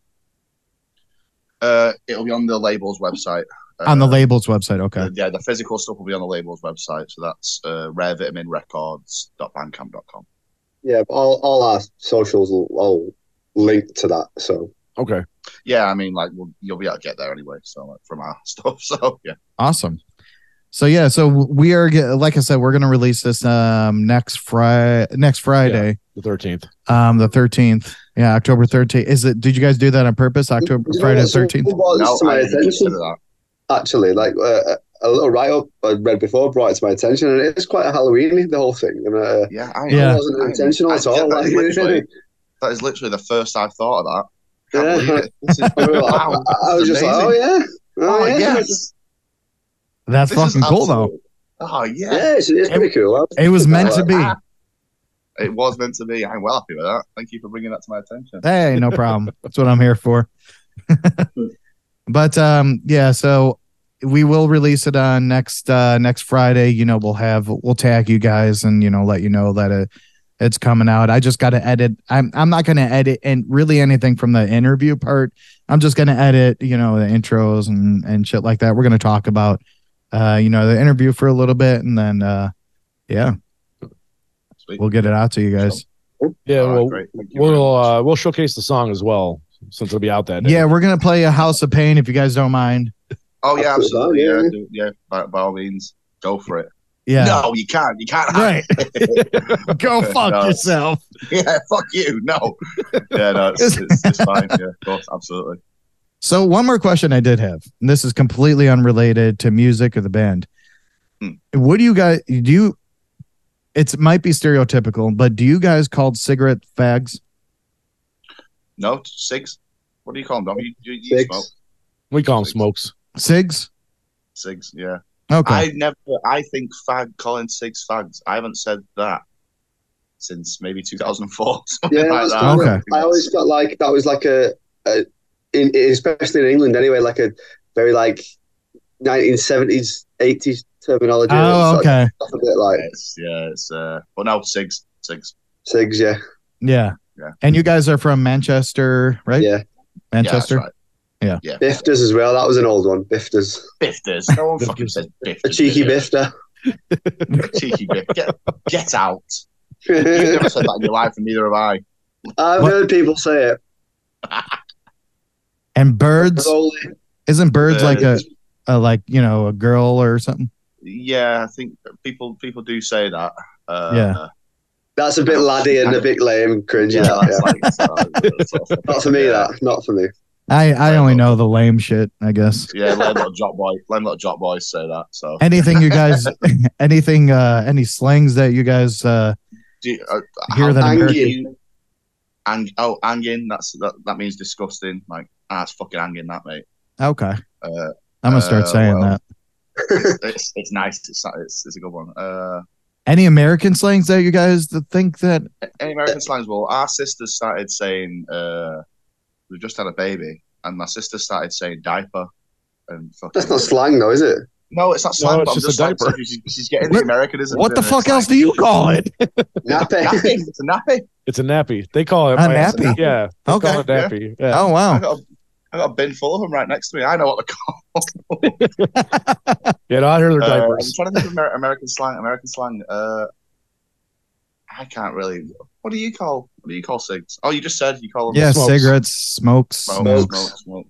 Uh, it'll be on the label's website. Uh, on the label's website. Okay. Uh, yeah, the physical stuff will be on the label's website. So that's uh, rarevitaminrecords.bandcamp.com. Yeah, but all, all our socials will all link to that. So Okay. Yeah, I mean, like, we'll, you'll be able to get there anyway. So, like, from our stuff. So, yeah. Awesome. So yeah, so we are ge- like I said, we're gonna release this um next Friday, next Friday, The thirteenth. um the thirteenth. Yeah, October thirteenth. Is it? Did you guys do that on purpose? October You know Friday what? Something thirteenth. brought this No, to my I didn't attention, consider that. actually. Like uh, a little write up I read before brought it to my attention, and it's quite Halloweeny the whole thing. And uh, Yeah, I it Yeah. wasn't I- intentional I- at all. yeah, that, like, is literally, that is literally the first I thought of that. Can't Yeah. believe it. This is, I, wow, I this was is just like, oh amazing. yeah, oh, Oh, yeah, yes. That's This is fucking cool though. absolute- Oh, yeah. yeah, it's, it's pretty cool. huh? It was meant to be. It was meant to be. I'm well happy with that. Thank you for bringing that to my attention. Hey, no problem. That's what I'm here for. but um yeah, so we will release it on next uh next Friday. You know, we'll have we'll tag you guys and you know let you know that it it's coming out. I just got to edit. I'm I'm not going to edit and really anything from the interview part. I'm just going to edit, you know, the intros and and shit like that. We're going to talk about uh you know the interview for a little bit and then uh yeah, Sweet. we'll get it out to you guys. Yeah. All right, well, great. Thank you very we'll much. uh, we'll showcase the song as well since it'll be out that day. Yeah, we're going to play a House of Pain if you guys don't mind. Oh yeah, absolutely. Absolutely, Yeah, yeah. do- yeah. By, by all means, go for it. Yeah. No, you can't. You can't. have Right. Go fuck No. yourself. it. Yeah, fuck you. No. Yeah, no, it's, it's, it's fine. Yeah, of course, absolutely. So one more question I did have. And this is completely unrelated to music or the band. Hmm. What do you guys do you it might be stereotypical, but do you guys call cigarette fags? No, six. What do you call them? Dom? You, you, you Six. smoke We call them smokes. Cigs? six. Yeah. Okay. I never. I think fag. Calling six fags. I haven't said that since maybe 2004. Something Yeah, like that's that. kind Okay. of, I always felt like that was like a, a in, in- especially in England anyway, like a very like 1970s, 80s terminology. oh, It's like- okay. that's a bit like It's, yeah, it's uh. But no, six, six. SIGs, yeah. Yeah. Yeah. And you guys are from Manchester, right? Yeah. Yeah, Manchester. Yeah. that's right. yeah. Bifters as well. That was an old one. Bifters. Bifters. No one fucking Bifters. says bifters. A cheeky yeah. bifter. cheeky bit. Get, get out. You've never said that in your life, and neither have I. I've What? heard people say it. And birds But only- isn't birds like a, Birds. a like, you know, a girl or something? Yeah, I think people people do say that. Uh, Yeah. That's a bit laddie and a bit lame, cringy. Yeah, Yeah, that, that's yeah. like, that's awful. Not for me, yeah. that. Not for me. I I only know the lame shit, I guess. Yeah, Lame Little Drop Boy, Lame Little Drop Boys say that. So, anything you guys anything uh any slangs that you guys uh do you, uh, hear how- that Angin. American- ang- oh, angin. That's that. That means disgusting. Like, ah, it's fucking angin, that mate. okay Uh, i'm gonna start Uh, saying well. that it's it's nice. It's it's, it's a good one. Uh, any american slangs that you guys th- think that any American slangs? Well, our sister started saying, uh, "We've just had a baby," and my sister started saying "diaper." And fucking, That's not slang, though, is it? no, it's not No, slang. it's but I'm just a just like, diaper. she's, she's getting the What- Americanism. what the fuck else do you call it Nappy. Nappy. It's a nappy. It's a nappy. They call it A my- nappy? Yeah. They Okay. Call it nappy. uh, Yeah. oh I wow got, a, I got a bin full of them right next to me. I know what to call. Yeah. No, I heard their Uh, I'm diapers. trying to think of Amer- American slang. American slang. Uh, I can't really. What do you call? What do you call cigs? Oh, you just said you call them. yeah smokes. cigarettes smokes, Smoke, smoke. smoke, smoke.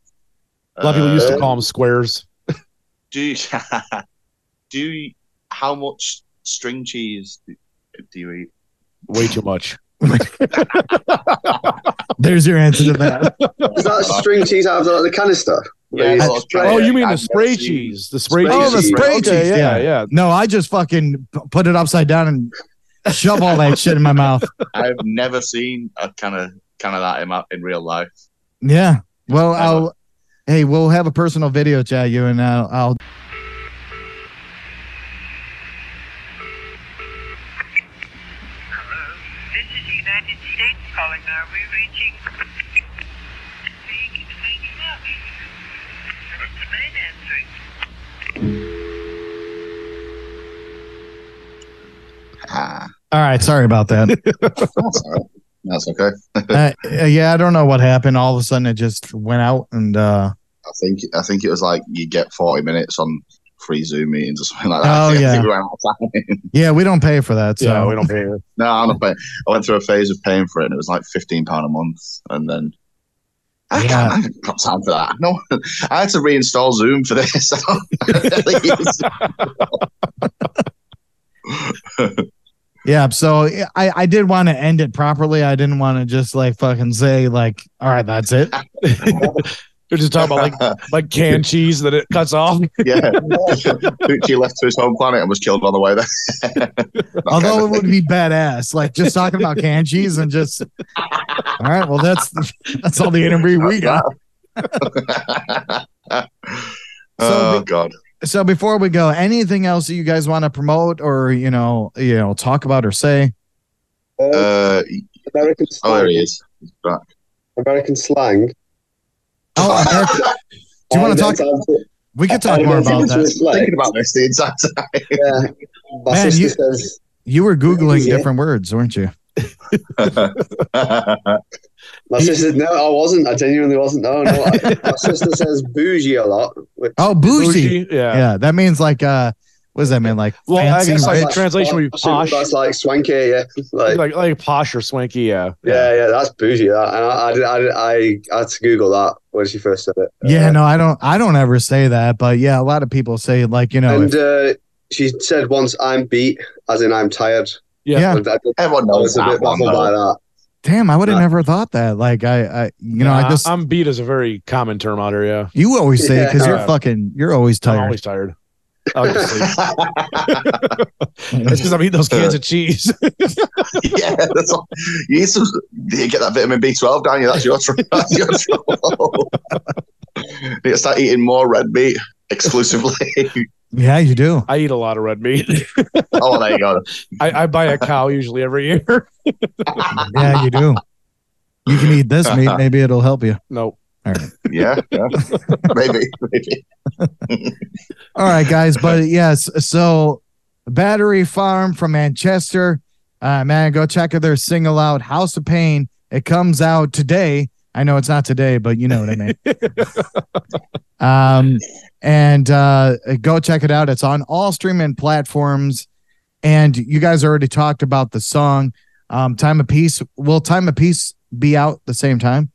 A lot of people used to Uh, call them squares. do you, do you- how much string cheese do, do you eat? Way too much. There's your answer to that. Is that string cheese out of the, the canister? Yeah, They- oh, oh, you mean the spray cheese? The spray Spray cheese. Oh, the cheese. spray Okay, cheese, yeah. Yeah, yeah. No, I just fucking p- put it upside down and shove all that shit in my mouth. I've never seen a kind of kind of that in, my, in real life. Yeah. Well, I'll. Hey, we'll have a personal video chat you and I'll. I'll This is the United States calling. Are we reaching? Thank you, thank you. It's mine answering. Ah, all right. Sorry about that. that's, all right. That's okay. uh, uh, yeah, I don't know what happened. All of a sudden, it just went out, and uh, I think I think it was like you get forty minutes on free Zoom meetings or something like that. Oh, I think, I yeah. think we ran out of time. yeah, we don't pay for that. So Yeah, we don't pay. no, I'm not paying. I went through a phase of paying for it, and it was like fifteen pound a month, and then. I can't, I haven't got time for that. No, I had to reinstall Zoom for this. Yeah, so yeah, I, I did want to end it properly. I didn't want to just like fucking say like, all right, that's it. They're just talking about like like canned cheese that it cuts off. yeah, Gucci left to his home planet and was killed on the way there. That kind Although of it would thing. be badass, like just talking about canned cheese and just all right. Well, that's that's all the interview we got. oh be- God. So before we go, anything else that you guys want to promote or you know you know talk about or say? Oh, Uh, American oh, slang. there he is. He's back. American slang. Oh, Eric, do you want to talk? We could talk more about that. Thinking about this the entire time. Yeah. My Man, sister you- says You were googling Yeah. different words, weren't you? my sister no, I wasn't. I genuinely wasn't. No, no. I, my sister says bougie a lot. Which, Oh, bougie. Yeah. Yeah, that means like uh, what does that mean? Like Well, I fancy guess like bitch? the translation would be I assume posh, That's like swanky. Yeah, like, like like posh or swanky. Yeah. yeah, yeah. That's bougie. That. And I, I, did, I, did, I, I had to Google that when she first said it. uh, Uh, Yeah, no, I don't. I don't ever say that, but yeah, a lot of people say like you know, and uh, if- she said once, "I'm beat," as in I'm tired. yeah. yeah, And I did- Everyone I knows was a that bit one. baffled by Though. that. damn, I would have uh, never thought that. Like I, I you know, I Yeah, just Uh, I'm beat is a very common term out here. Yeah. you always say because you're Yeah. fucking, you're always I'm tired. always tired. I'll just sleep. That's because I'm eating those cans of cheese. yeah, that's all. You need some. You get that vitamin B12 down you. That's your trouble. That's your trouble. you gotta start eating more red meat exclusively. yeah, you do. I eat a lot of red meat. oh, there you go. I, I buy a cow usually every year. Yeah, you do. You can eat this meat. Maybe it'll help you. No. Yeah, yeah. maybe, maybe. All right, guys. But yes, so Battery Farm from Manchester. Uh, man, go check out their single out, House of Pain. It comes out today. I know it's not today, but you know what I mean. um, and uh, go check it out. It's on all streaming platforms. And you guys already talked about the song. Um, Time of Peace. Will Time of Peace be out the same time?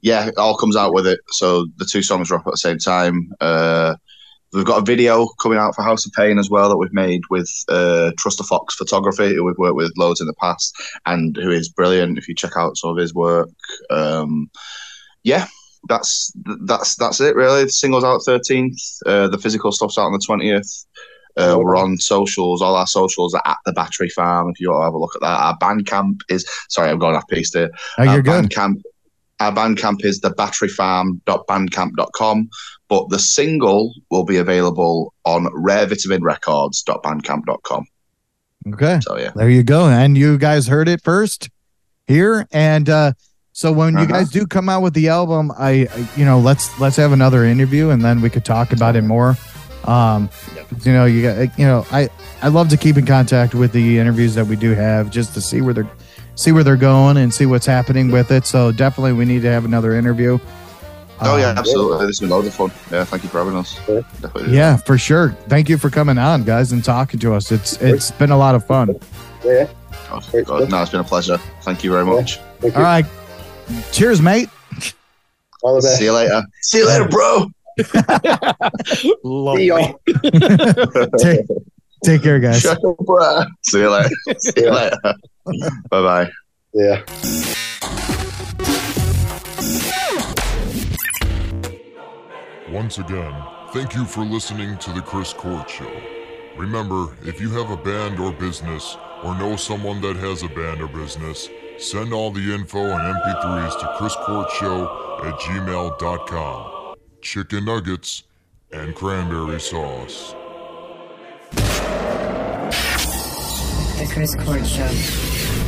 Yeah, it all comes out with it. So the two songs drop at the same time. Uh, we've got a video coming out for House of Pain as well that we've made with uh, Trust of Fox Photography, who we've worked with loads in the past, and who is brilliant. If you check out some of his work, um, yeah, that's that's that's it really. The singles out thirteenth. Uh, the physical stuff's out on the twentieth. Uh, we're on socials. All our socials are at the Battery Farm. If you want to have a look at that, our Bandcamp is sorry, I'm going off piece there. Oh, Our you're good. Bandcamp, our Bandcamp is thebatteryfarm.bandcamp.com, but the single will be available on rarevitaminrecords.bandcamp.com. Okay. So yeah, There you go. And you guys heard it first here. And uh so when you Uh-huh. guys do come out with the album, I, I you know, let's let's have another interview and then we could talk about it more. Um you know, you got you know, I I love to keep in contact with the interviews that we do have just to see where they're see where they're going and see what's happening with it. So definitely we need to have another interview. oh yeah, Um, absolutely. This has been loads of fun. Yeah, thank you for having us. Definitely. Yeah, for sure. Thank you for coming on, guys, and talking to us. It's it's been a lot of fun. Yeah. Oh, God, God, no, it's been a pleasure. Thank you very much. Thank you. All right. Cheers, mate. All the best. See you later. See you later, bro. Love See ya. me. Take, take care, guys. Shut up, bro. See you later. See you later. bye bye. Yeah. Once again, thank you for listening to The Chris Court Show. Remember, if you have a band or business, or know someone that has a band or business, send all the info and MP3s to chriscourtshow at gmail.com. Chicken nuggets and cranberry sauce. The Chris Court Show.